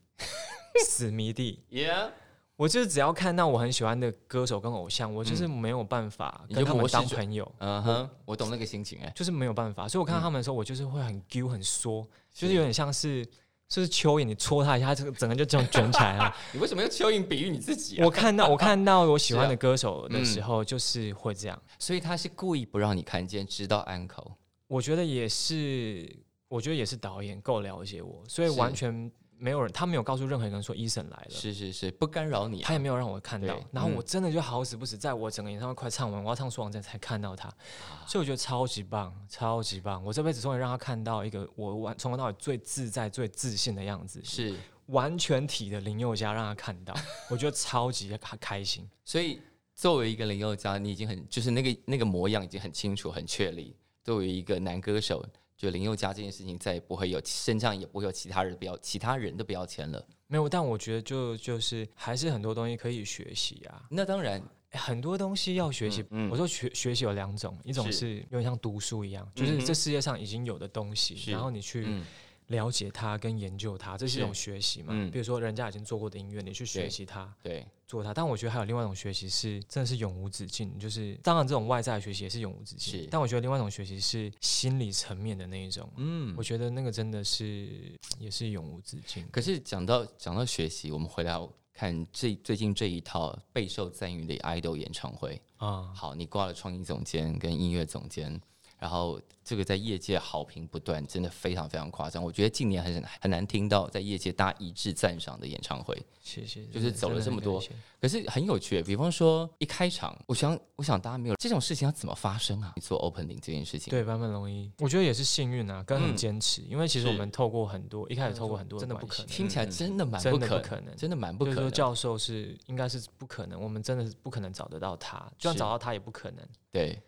Speaker 2: 死迷弟。
Speaker 1: ，Yeah，
Speaker 2: 我就是只要看到我很喜欢的歌手跟偶像，我就是没有办法
Speaker 1: 嗯你就
Speaker 2: 跟他们
Speaker 1: 模式
Speaker 2: 当
Speaker 1: 转
Speaker 2: 朋友。
Speaker 1: 嗯哼，我懂那个心情哎，
Speaker 2: 就是没有办法，所以我看到他们的时候，我就是会很揪很缩，就是有点像是就是蚯蚓，你戳它一下，它这个整个就 这样卷起来了。
Speaker 1: 你为什么用蚯蚓比喻你自己啊？
Speaker 2: 我看到我看到我喜欢
Speaker 1: 是
Speaker 2: 的
Speaker 1: 啊
Speaker 2: 歌手的时候，就是会这样。
Speaker 1: 所以他是故意不让你看见，直到 uncle。
Speaker 2: 我觉得也是，我觉得也是导演够了解我，所以
Speaker 1: 是
Speaker 2: 完全没有人，他没有告诉任何人说伊森来了。
Speaker 1: 是是是，不干扰你啊、
Speaker 2: 他也没有让我看到
Speaker 1: 对，
Speaker 2: 然后
Speaker 1: 嗯
Speaker 2: 我真的就好死不死，在我整个演唱会快唱完，我要唱《说谎》之前才看到他，
Speaker 1: 啊
Speaker 2: 所以我觉得超级棒，超级棒！我这辈子终于让他看到一个我完从头到尾最自在、最自信的样子，
Speaker 1: 是，
Speaker 2: 完全体的林宥嘉让他看 到，我觉得超级开开心。
Speaker 1: 所以作为一个林宥嘉，你已经很就是那个那个模样已经很清楚、很确立。作为一个男歌手，就林宥嘉这件事情再也不会有身上也不会有其他人标其他人的标签了。
Speaker 2: 没有，但我觉得就就是还是很多东西可以学习啊，
Speaker 1: 那当然，
Speaker 2: 诶很多东西要学习。
Speaker 1: 嗯
Speaker 2: 我说学学习有两种，一种
Speaker 1: 是
Speaker 2: 是有点像读书一样，就
Speaker 1: 嗯
Speaker 2: 是
Speaker 1: 哼
Speaker 2: 这世界上已经有的东西，
Speaker 1: 是
Speaker 2: 然后你去
Speaker 1: 嗯
Speaker 2: 了解它跟研究它，这是一
Speaker 1: 是
Speaker 2: 种学习嘛。
Speaker 1: 嗯
Speaker 2: 比如说人家已经做过的音乐，你去学习它。
Speaker 1: 对，
Speaker 2: 做它，但我觉得还有另外一种学习是真的是永无止境，就是当然这种外在的学习也是永无止境
Speaker 1: 是，
Speaker 2: 但我觉得另外一种学习是心理层面的那一种，
Speaker 1: 嗯
Speaker 2: 我。觉得那个真的是也是永无止境。
Speaker 1: 可是讲到讲到学习，我们回来看最最近这一套备受赞誉的 idol 演唱会，
Speaker 2: 啊，
Speaker 1: 好，你挂了创意总监跟音乐总监，然后这个在业界好评不断，真的非常非常夸张。我觉得近年很很难听到在业界大家一致赞赏的演唱会。
Speaker 2: 谢谢，
Speaker 1: 就
Speaker 2: 真
Speaker 1: 是
Speaker 2: 的
Speaker 1: 走了
Speaker 2: 真的
Speaker 1: 这么
Speaker 2: 很
Speaker 1: 多
Speaker 2: 感谢
Speaker 1: 可是很有趣，比方说一开场，我想我想大家没有这种事情要怎么发生啊？你做 opening 这件事情，
Speaker 2: 对，版本龙一，我觉得也是幸运啊，跟很
Speaker 1: 嗯
Speaker 2: 坚持，因为其实我
Speaker 1: 是
Speaker 2: 们透过很多，一开始透过很多，
Speaker 1: 真的不可
Speaker 2: 可嗯
Speaker 1: 能，听起来真的蛮
Speaker 2: 真
Speaker 1: 不
Speaker 2: 的
Speaker 1: 可
Speaker 2: 不
Speaker 1: 能，
Speaker 2: 可能。
Speaker 1: 真的蛮不
Speaker 2: 就
Speaker 1: 可
Speaker 2: 是说，
Speaker 1: 能。
Speaker 2: 教授是应该是不可能，我们真的是不可能找得到他，就算
Speaker 1: 是
Speaker 2: 找到他也不可能。
Speaker 1: 对，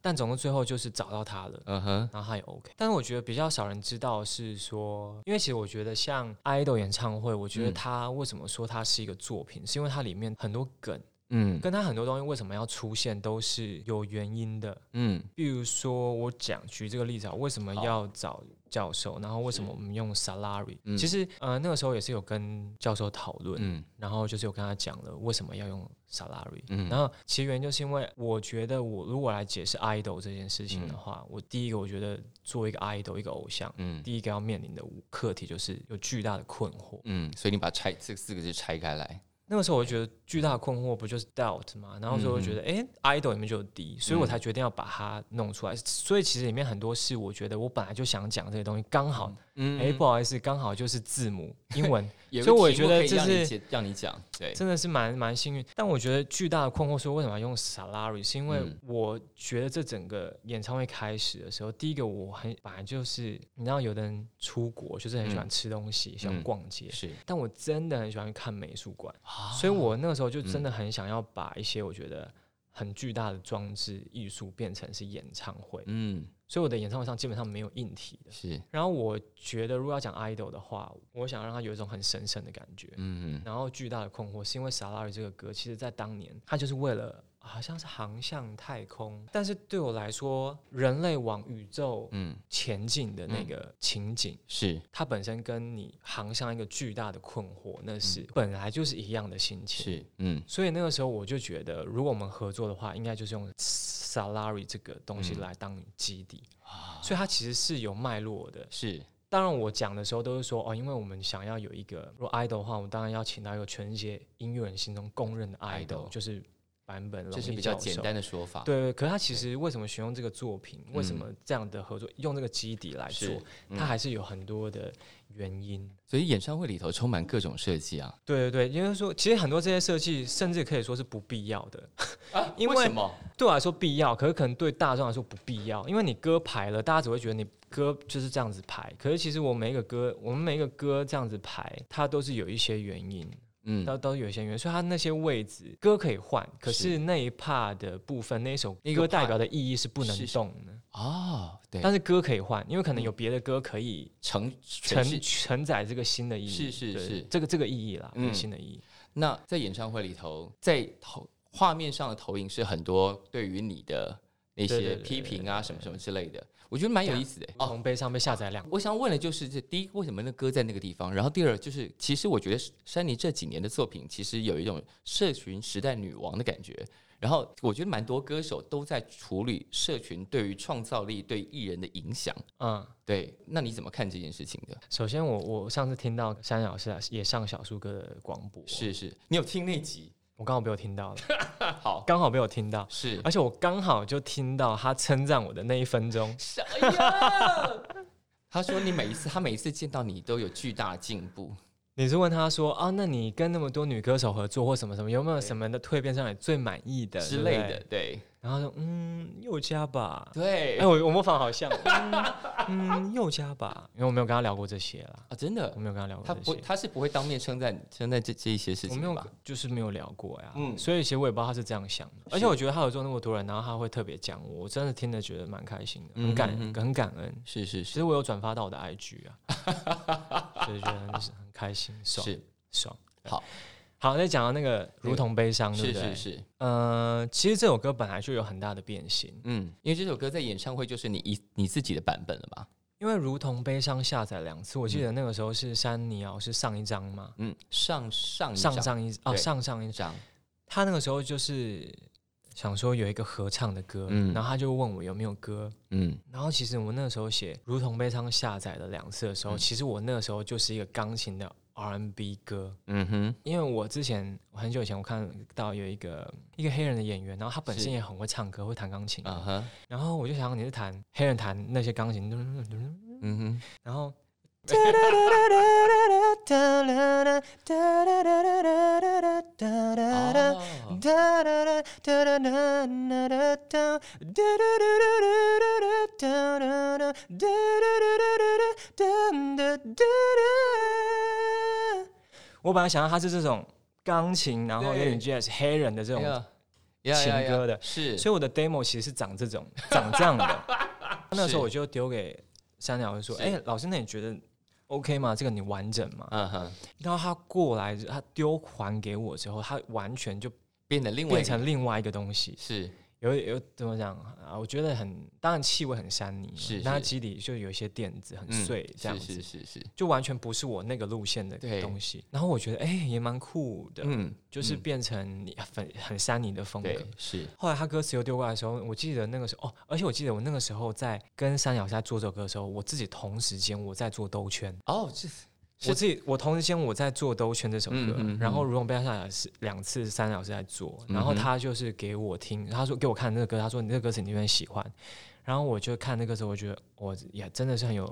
Speaker 2: 但总之最后就是找到他了，
Speaker 1: 嗯哼，
Speaker 2: 然后他也 OK。但是我觉得比较少人知道的是说，因为其实我觉得像 idol 演唱会，我觉得
Speaker 1: 嗯
Speaker 2: 它为什么说它是一个作品，是因为它里面很多梗
Speaker 1: 嗯
Speaker 2: 跟他很多东西为什么要出现都是有原因的。
Speaker 1: 嗯
Speaker 2: 比如说，我讲举这个例子啊，为什么
Speaker 1: 好
Speaker 2: 要找教授，然后为什么我们用 salary？、
Speaker 1: 嗯
Speaker 2: 其实呃那个时候也是有跟教授讨论，
Speaker 1: 嗯
Speaker 2: 然后就是有跟他讲了为什么要用 salary。
Speaker 1: 嗯
Speaker 2: 然后其原因就是因为我觉得我如果来解释 idol 这件事情的
Speaker 1: 嗯
Speaker 2: 话，我第一个我觉得做一个 idol 一个偶像，
Speaker 1: 嗯
Speaker 2: 第一个要面临的课题就是有巨大的困惑。
Speaker 1: 嗯，所以你把拆这四个字拆开来，
Speaker 2: 那个时候我觉得巨大的困惑不就是 doubt 嘛，然后
Speaker 1: 嗯
Speaker 2: 所以我觉得诶 i d o l 里面就有 D，所以我才决定要把它弄出来。所以其实里面很多事，我觉得我本来就想讲这些东西，刚好
Speaker 1: 嗯
Speaker 2: 诶，不好意思，刚好就是字母英文，
Speaker 1: 有一
Speaker 2: 所以我
Speaker 1: 题
Speaker 2: 觉
Speaker 1: 目
Speaker 2: 得
Speaker 1: 可以
Speaker 2: 这
Speaker 1: 让你
Speaker 2: 是
Speaker 1: 解让你讲，对，
Speaker 2: 真的是蛮蛮幸运。但我觉得巨大的困惑是为什么要用 salary，是因为
Speaker 1: 嗯
Speaker 2: 我觉得这整个演唱会开始的时候，第一个我很本来就是你知道，有的人出国就是很喜欢
Speaker 1: 嗯
Speaker 2: 吃东西，喜
Speaker 1: 嗯
Speaker 2: 欢逛街，
Speaker 1: 是，
Speaker 2: 但我真的很喜欢看美术馆。所
Speaker 1: 所
Speaker 2: 以我那个时候就真
Speaker 1: 啊嗯
Speaker 2: 的很想要把一些我觉得很巨大的装置艺术变成是演唱会，
Speaker 1: 嗯
Speaker 2: 所以我的演唱会上基本上没有硬体的。
Speaker 1: 是
Speaker 2: 然后我觉得如果要讲 idol 的话，我想让它有一种很神圣的感觉。
Speaker 1: 嗯
Speaker 2: 然后巨大的困惑是因为《Salary》这个歌，其实在当年它就是为了好像是航向太空，但是对我来说，人类往宇宙
Speaker 1: 嗯
Speaker 2: 前进的那个情景，
Speaker 1: 是
Speaker 2: 它本身跟你航向一个巨大的困惑，那是本来就是一样的心情。
Speaker 1: 嗯是嗯
Speaker 2: 所以那个时候我就觉得，如果我们合作的话，应该就是用 salary 这个东西
Speaker 1: 嗯
Speaker 2: 来当基底，
Speaker 1: 啊
Speaker 2: 所以它其实是有脉络的。
Speaker 1: 是
Speaker 2: 当然，我讲的时候都是说哦，因为我们想要有一个，如果 idol 的话，我们当然要请到一个全世界音乐人心中公认的 idol，
Speaker 1: idol
Speaker 2: 就是版本龙
Speaker 1: 这是
Speaker 2: 一
Speaker 1: 比较
Speaker 2: 教授
Speaker 1: 简。单的说法，
Speaker 2: 对，可是他其实为什么选用这个作品？为什
Speaker 1: 啊嗯
Speaker 2: 么这样的合作用这个基底来做
Speaker 1: 是？嗯
Speaker 2: 它还是有很多的原因。
Speaker 1: 所以演唱会里头充满各种设计啊，
Speaker 2: 对对对，因为说其实很多这些设计，甚至可以说是不必要的。
Speaker 1: 啊
Speaker 2: 因为
Speaker 1: 什么？
Speaker 2: 对我来说必要，可是可能对大众来说不必要，因为你歌排了，大家只会觉得你歌就是这样子排。可是其实我每一个歌，我们每一个歌这样子排，它都是有一些原因，
Speaker 1: 嗯，
Speaker 2: 都都有一些原因，所以它那些位置歌可以换，可是
Speaker 1: 是
Speaker 2: 那一 part 的部分，那一首
Speaker 1: 那个
Speaker 2: 歌
Speaker 1: part
Speaker 2: 代表的意义是不能
Speaker 1: 是是
Speaker 2: 动的。
Speaker 1: 哦，对，
Speaker 2: 但是歌可以换，因为可能有
Speaker 1: 嗯
Speaker 2: 别的歌可以
Speaker 1: 成
Speaker 2: 承
Speaker 1: 全是
Speaker 2: 承载这个新的意义，
Speaker 1: 是是
Speaker 2: 对
Speaker 1: 是
Speaker 2: 这个这个意义啦，
Speaker 1: 嗯
Speaker 2: 新的意义。
Speaker 1: 那在演唱会里头，在投画面上的投影是很多对于你的那
Speaker 2: 对对
Speaker 1: 些
Speaker 2: 对啊
Speaker 1: 批评啊，什么什么之类的，我觉得蛮有意思的。哦，
Speaker 2: 红杯上被下载两，
Speaker 1: 我想问的就是这第一，为什么那歌在那个地方？然后第二就是，其实我觉得山妮这几年的作品，其实有一种社群时代女王的感觉。然后我觉得蛮多歌手都在处理社群对于创造力对艺人的影响。
Speaker 2: 嗯。
Speaker 1: 对，那你怎么看这件事情的？
Speaker 2: 首先我，我上次听到山老师啊也上小树哥的广播，
Speaker 1: 是是，你有听那集？
Speaker 2: 我刚好被我听到了，
Speaker 1: 好，
Speaker 2: 刚好被我听到，
Speaker 1: 是
Speaker 2: 而且我刚好就听到他称赞我的那一分钟。
Speaker 1: 什呀？ 他说你每一次，他每一次见到你都有巨大的进步。
Speaker 2: 你是问他说啊，那你跟那么多女歌手合作或什么什么，有没有什么的蜕变上你最满意的
Speaker 1: 之类？
Speaker 2: 对
Speaker 1: 的
Speaker 2: 不对，
Speaker 1: 对
Speaker 2: 然后他说嗯，佑嘉吧。
Speaker 1: 对
Speaker 2: 哎、我我模仿好像，嗯， 嗯佑嘉吧，因为我没有跟他聊过这些啦，
Speaker 1: 啊，真
Speaker 2: 我
Speaker 1: 的，
Speaker 2: 没有跟他聊
Speaker 1: 他
Speaker 2: 过这
Speaker 1: 不
Speaker 2: 些，
Speaker 1: 他是不会当面称赞称赞这这一些事
Speaker 2: 我
Speaker 1: 情
Speaker 2: 没有
Speaker 1: 吧？
Speaker 2: 就是没有聊过呀。
Speaker 1: 嗯
Speaker 2: 所以其实我也不知道他是这样想的，而且
Speaker 1: 是
Speaker 2: 我觉得他有做那么多人，然后他会特别讲我，我真的听了觉得蛮开心的，很感、
Speaker 1: 嗯哼
Speaker 2: 很感恩。
Speaker 1: 是是
Speaker 2: 其
Speaker 1: 是
Speaker 2: 实我有转发到我的 IG 啊，所以觉得就是很开心，爽
Speaker 1: 是
Speaker 2: 爽。
Speaker 1: 好
Speaker 2: 好，再讲到那个如同悲伤，对不
Speaker 1: 是
Speaker 2: 对？
Speaker 1: 是是，
Speaker 2: 呃，其实这首歌本来就有很大的变形，
Speaker 1: 嗯，因为这首歌在演唱会就是你一你自己的版本了吧？
Speaker 2: 因为如同悲伤下载两次，我记得那个时候是山尼奥是上一张嘛，
Speaker 1: 嗯，上上一
Speaker 2: 上
Speaker 1: 上
Speaker 2: 上一哦
Speaker 1: 对
Speaker 2: 上上一
Speaker 1: 一张，
Speaker 2: 他那个时候就是想说有一个合唱的歌，
Speaker 1: 嗯
Speaker 2: 然后他就问我有没有歌。
Speaker 1: 嗯
Speaker 2: 然后其实我那个时候写《如同悲伤》下载了两次的时候，
Speaker 1: 嗯
Speaker 2: 其实我那个时候就是一个钢琴的 R&B 歌，
Speaker 1: 嗯哼，
Speaker 2: 因为我之前我很久以前我看到有一个一个黑人的演员，然后他本身
Speaker 1: 是
Speaker 2: 也很会唱歌，会弹钢琴，
Speaker 1: 啊哈，
Speaker 2: 然后我就想你是弹黑人弹那些钢琴，
Speaker 1: 嗯哼，
Speaker 2: 然后。哦
Speaker 1: 哦，
Speaker 2: 我本来想到他是这种钢琴，然后有点
Speaker 1: 对
Speaker 2: jazz 黑人的这
Speaker 1: 这
Speaker 2: 种，
Speaker 1: 呀呀
Speaker 2: 情歌
Speaker 1: 呀
Speaker 2: 的
Speaker 1: 是，
Speaker 2: 所以我的 demo 其实是长这种 长这样的。 那时候我就丢给山鸟，我就说：“
Speaker 1: 是
Speaker 2: 哎、老师，那你觉得 OK 吗？这个你完整吗
Speaker 1: 嗯哼，？”
Speaker 2: 然后他过来，他丢还给我之后，他完全就
Speaker 1: 变得另外
Speaker 2: 变
Speaker 1: 一个
Speaker 2: 成另外一个东西。
Speaker 1: 是
Speaker 2: 有有怎么讲啊？我觉得很，当然气味很山泥嘛，
Speaker 1: 是
Speaker 2: 那它
Speaker 1: 是
Speaker 2: 基底就有一些垫子很
Speaker 1: 嗯
Speaker 2: 碎，这样子、
Speaker 1: 是是是是，
Speaker 2: 就完全不是我那个路线的
Speaker 1: 对
Speaker 2: 东西。然后我觉得哎、也蛮酷的，
Speaker 1: 嗯，
Speaker 2: 就是
Speaker 1: 嗯
Speaker 2: 变成你很很山泥的风格
Speaker 1: 对。是
Speaker 2: 后来他歌词又丢过来的时候，我记得那个时候哦，而且我记得我那个时候在跟山脚下做这首歌的时候，我自己同时间我在做兜圈，
Speaker 1: 哦，这是
Speaker 2: 我自己我同时间我在做兜圈这首歌，
Speaker 1: 嗯嗯嗯
Speaker 2: 然后如龙被他下是两次三老师在做，
Speaker 1: 嗯哼
Speaker 2: 然后他就是给我听，他说给我看那个歌，他说你这个歌词你有点喜欢，然后我就看那个时候，我觉得我也真的是很有。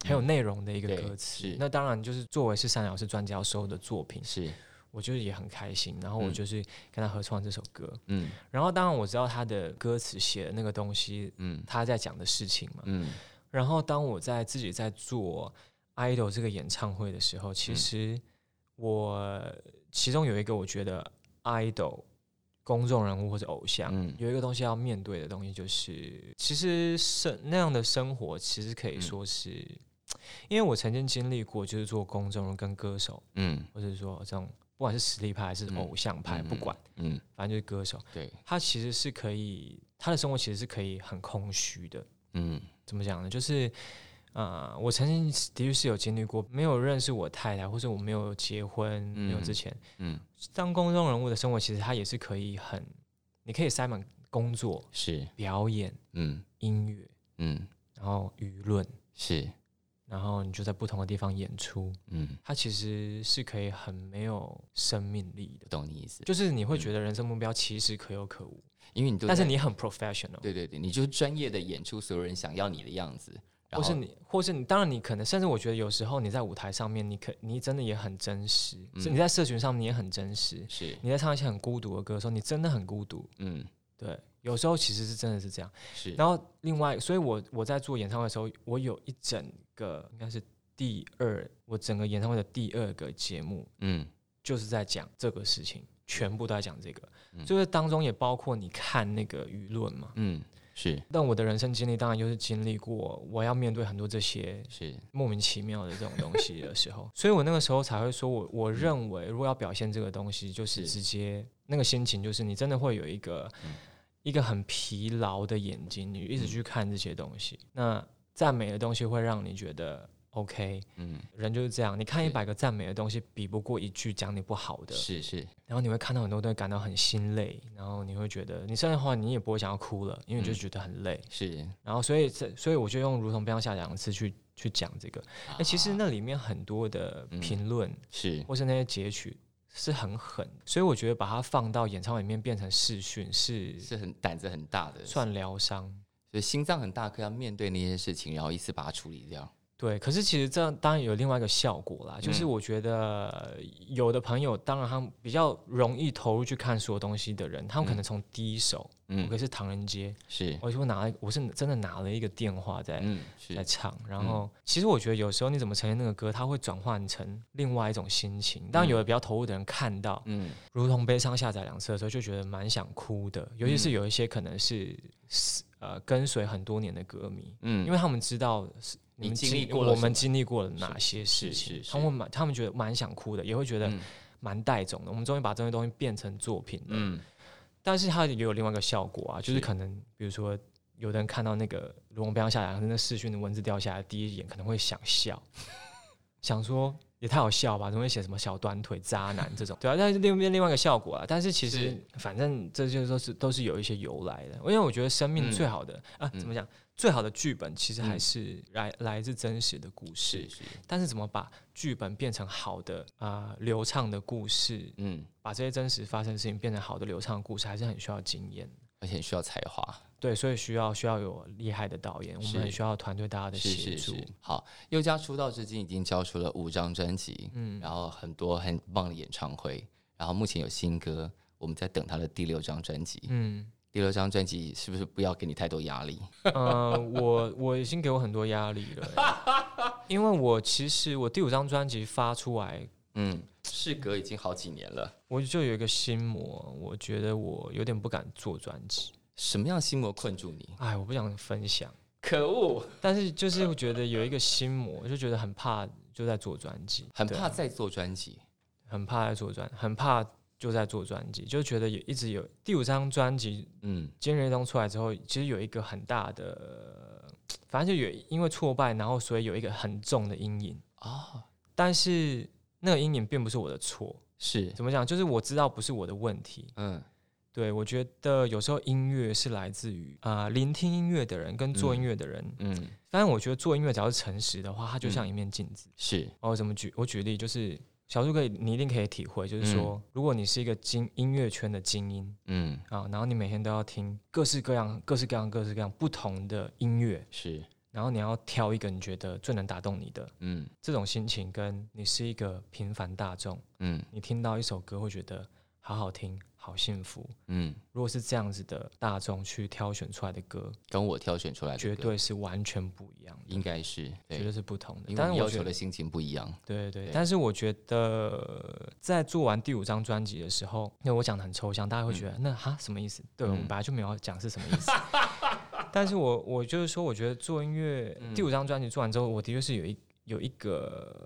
Speaker 2: 很有内容的一个
Speaker 1: 对
Speaker 2: 歌词，
Speaker 1: 是
Speaker 2: 那当然就是作为是山老师专辑要收的作品，
Speaker 1: 是
Speaker 2: 我就是也很开心。然后我
Speaker 1: 嗯
Speaker 2: 就是跟他合创这首歌，
Speaker 1: 嗯
Speaker 2: 然后当然我知道他的歌词写的那个东西，
Speaker 1: 嗯
Speaker 2: 他在讲的事情嘛。
Speaker 1: 嗯
Speaker 2: 然后当我在自己在做 idol 这个演唱会的时候，其
Speaker 1: 嗯
Speaker 2: 实我其中有一个我觉得 idol 公众人物或者偶像。
Speaker 1: 嗯
Speaker 2: 有一个东西要面对的东西，就是其实生那样的生活，其实可以
Speaker 1: 嗯
Speaker 2: 说是，因为我曾经经历过，就是做公众人物跟歌手，
Speaker 1: 嗯
Speaker 2: 或者说这种不管是实力派还是
Speaker 1: 嗯
Speaker 2: 偶像派，
Speaker 1: 嗯
Speaker 2: 不管，
Speaker 1: 嗯，
Speaker 2: 反正就是歌手，
Speaker 1: 对，
Speaker 2: 他其实是可以，他的生活其实是可以很空虚的。
Speaker 1: 嗯
Speaker 2: 怎么讲呢？就是，呃，我曾经的确是有经历过，没有认识我太太，或者我没有结婚，
Speaker 1: 嗯
Speaker 2: 没有之前，
Speaker 1: 嗯
Speaker 2: 当公众人物的生活，其实他也是可以很，你可以塞满工作、
Speaker 1: 是
Speaker 2: 表演、
Speaker 1: 嗯
Speaker 2: 音乐，
Speaker 1: 嗯
Speaker 2: 然后舆论，
Speaker 1: 是
Speaker 2: 然后你就在不同的地方演出，
Speaker 1: 嗯，
Speaker 2: 它其实是可以很没有生命力的
Speaker 1: 我。懂你意思，
Speaker 2: 就是你会觉得人生目标其实可有可无，
Speaker 1: 因为你都
Speaker 2: 但是
Speaker 1: 在
Speaker 2: 你很 professional，
Speaker 1: 对对对，你就是专业的演出所有人想要你的样子，然
Speaker 2: 或
Speaker 1: 后
Speaker 2: 是你，或是你，当然你可能，甚至我觉得有时候你在舞台上面，你可你真的也很真实，是
Speaker 1: 嗯
Speaker 2: 你在社群上面你也很真实。
Speaker 1: 是
Speaker 2: 你在唱一些很孤独的歌的时候，你真的很孤独。
Speaker 1: 嗯
Speaker 2: 对，有时候其实是真的是这样。
Speaker 1: 是
Speaker 2: 然后另外，所以我我在做演唱会的时候，我有一整个应该是第二，我整个演唱会的第二个节目
Speaker 1: 嗯
Speaker 2: 就是在讲这个事情，全部都在讲这个，
Speaker 1: 嗯
Speaker 2: 就是当中也包括你看那个舆论嘛。
Speaker 1: 嗯是
Speaker 2: 但我的人生经历当然就是经历过，我要面对很多这些
Speaker 1: 是
Speaker 2: 莫名其妙的这种东西的时 候，所以我那个时候才会说我，我认为如果要表现这个东西，就是
Speaker 1: 嗯是嗯
Speaker 2: 直接那个心情，就是你真的会有一个、一个很疲劳的眼睛，你一直去看这些东
Speaker 1: 嗯
Speaker 2: 西。那赞美的东西会让你觉得 OK，
Speaker 1: 嗯
Speaker 2: 人就是这样，你看一
Speaker 1: 是
Speaker 2: 百个赞美的东西，比不过一句讲你不好的，
Speaker 1: 是是
Speaker 2: 然后你会看到很多东西感到很心累，然后你会觉得你甚至的话你也不会想要哭了，因为你就
Speaker 1: 嗯
Speaker 2: 觉得很累。
Speaker 1: 是，
Speaker 2: 然后所以这所以我就用如同冰箱下两次去去讲这个。哎、其实
Speaker 1: 啊
Speaker 2: 那里面很多的
Speaker 1: 嗯
Speaker 2: 评论、
Speaker 1: 是
Speaker 2: 或是那些截取是很狠，所以我觉得把它放到演唱会里面变成视讯是
Speaker 1: 是很胆子很大的，
Speaker 2: 算疗伤。
Speaker 1: 所以心脏很大颗，要面对那些事情，然后一次把它处理掉。
Speaker 2: 对，可是其实这样当然有另外一个效果啦，就是
Speaker 1: 嗯
Speaker 2: 我觉得呃有的朋友，当然他们比较容易投入去看所有东西的人，他们可
Speaker 1: 嗯
Speaker 2: 能从第一手，我
Speaker 1: 嗯
Speaker 2: 可，是唐人街，
Speaker 1: 是，
Speaker 2: 我就拿了，我是真的拿了一个电话在
Speaker 1: 嗯
Speaker 2: 来
Speaker 1: 是，
Speaker 2: 唱。然后，其实我觉得有时候你怎么呈现那个歌，它会转换成另外一种心情。当然，有的比较投入的人看到，
Speaker 1: 嗯
Speaker 2: 如同悲伤下载两次的时候，就觉得蛮想哭的。尤其是
Speaker 1: 嗯
Speaker 2: 有一些可能是呃跟随很多年的歌迷，
Speaker 1: 嗯，
Speaker 2: 因为他们知道是。
Speaker 1: 你
Speaker 2: 们
Speaker 1: 经
Speaker 2: 经
Speaker 1: 历过了
Speaker 2: 我
Speaker 1: 什
Speaker 2: 们
Speaker 1: 么
Speaker 2: 经历过了哪些事
Speaker 1: 是
Speaker 2: 情
Speaker 1: 是？
Speaker 2: 他们蛮，他们觉得蛮想哭的，也会觉得
Speaker 1: 嗯
Speaker 2: 蛮带种的。我们终于把这些东西变成作品了，
Speaker 1: 嗯
Speaker 2: 但是它也有另外一个效果啊，就是
Speaker 1: 是
Speaker 2: 可能比如说有的人看到那个卢龙标下来，那视讯的文字掉下来，第一眼可能会想笑， 想说也太好笑吧，怎么会写什么小短腿渣男这种？对啊，但是另另另外一个效果啊，但是其实
Speaker 1: 是
Speaker 2: 反正这就是都是都是有一些由来的，因为我觉得生命
Speaker 1: 嗯
Speaker 2: 最好的、啊，
Speaker 1: 嗯
Speaker 2: 怎么讲？最好的剧本其实还
Speaker 1: 嗯
Speaker 2: 是来、来自真实的故事
Speaker 1: 是，是，
Speaker 2: 但是怎么把剧本变成好的啊、流畅的故事，
Speaker 1: 嗯，
Speaker 2: 把这些真实发生的事情变成好的流畅的故事，还是很需要经验。
Speaker 1: 而且很需要才华。
Speaker 2: 对，所以需要需要有厉害的导演，我们
Speaker 1: 是
Speaker 2: 很需要团队大家的
Speaker 1: 是
Speaker 2: 协
Speaker 1: 是
Speaker 2: 助。
Speaker 1: 是，好，宥嘉出道至今已经交出了五张专辑，
Speaker 2: 嗯
Speaker 1: 然后很多很棒的演唱会，然后目前有新歌，我们在等他的第六张专辑。
Speaker 2: 嗯，
Speaker 1: 第六张专辑是不是不要给你太多压力？
Speaker 2: 呃，我我已经给我很多压力了， 因为我其实我第五张专辑发出来，
Speaker 1: 嗯，事隔已经好几年了，
Speaker 2: 我就有一个心魔，我觉得我有点不敢做专辑，
Speaker 1: 什么样的心魔困住你？
Speaker 2: 哎，我不想分享，
Speaker 1: 可恶，
Speaker 2: 但是就是我觉得有一个心魔，就觉得很怕就在做专辑，
Speaker 1: 很
Speaker 2: 对
Speaker 1: 怕再做专辑。
Speaker 2: 很怕在做专，很怕就在做专辑，就觉得也一直有第五张专辑《
Speaker 1: 嗯
Speaker 2: 今日一东》出来之后，其实有一个很大的，反正就有因为挫败，然后所以有一个很重的阴影。
Speaker 1: 啊，
Speaker 2: 但是那个阴影并不是我的错，
Speaker 1: 是，
Speaker 2: 怎么讲？就是我知道不是我的问题，
Speaker 1: 嗯
Speaker 2: 对，我觉得有时候音乐是来自于啊、呃聆听音乐的人跟做音乐的人。
Speaker 1: 嗯，
Speaker 2: 当然，我觉得做音乐只要是诚实的话，它就像
Speaker 1: 嗯
Speaker 2: 一面镜子。
Speaker 1: 是，
Speaker 2: 哦，我怎么举？我举例就是小树可以，你一定可以体会，就是说，如果你是一个精音乐圈的精英
Speaker 1: 嗯
Speaker 2: 啊，然后你每天都要听各式各样、各式各样、各式各样不同的音乐，
Speaker 1: 是，
Speaker 2: 然后你要挑一个你觉得最能打动你的
Speaker 1: 嗯
Speaker 2: 这种心情，跟你是一个平凡大众，
Speaker 1: 嗯
Speaker 2: 你听到一首歌会觉得好好听、好幸福，
Speaker 1: 嗯，
Speaker 2: 如果是这样子的大众去挑选出来的歌，
Speaker 1: 跟我挑选出来的
Speaker 2: 绝
Speaker 1: 歌
Speaker 2: 对是完全不一样的，
Speaker 1: 应该是
Speaker 2: 绝对
Speaker 1: 对，
Speaker 2: 是不同的。
Speaker 1: 因为
Speaker 2: 但
Speaker 1: 我们
Speaker 2: 是我
Speaker 1: 要
Speaker 2: 觉得
Speaker 1: 求的，心情不一样，
Speaker 2: 对对对。
Speaker 1: 对
Speaker 2: 但是我觉得，在做完第五张专辑的时候，因为我讲的很抽象，大家会觉得、那哈什么意思？对、
Speaker 1: 嗯
Speaker 2: 我们本来就没有要讲是什么意思。 但是我我就是说，我觉得做音乐、
Speaker 1: 嗯
Speaker 2: 第五张专辑做完之后，我的确是有一有一个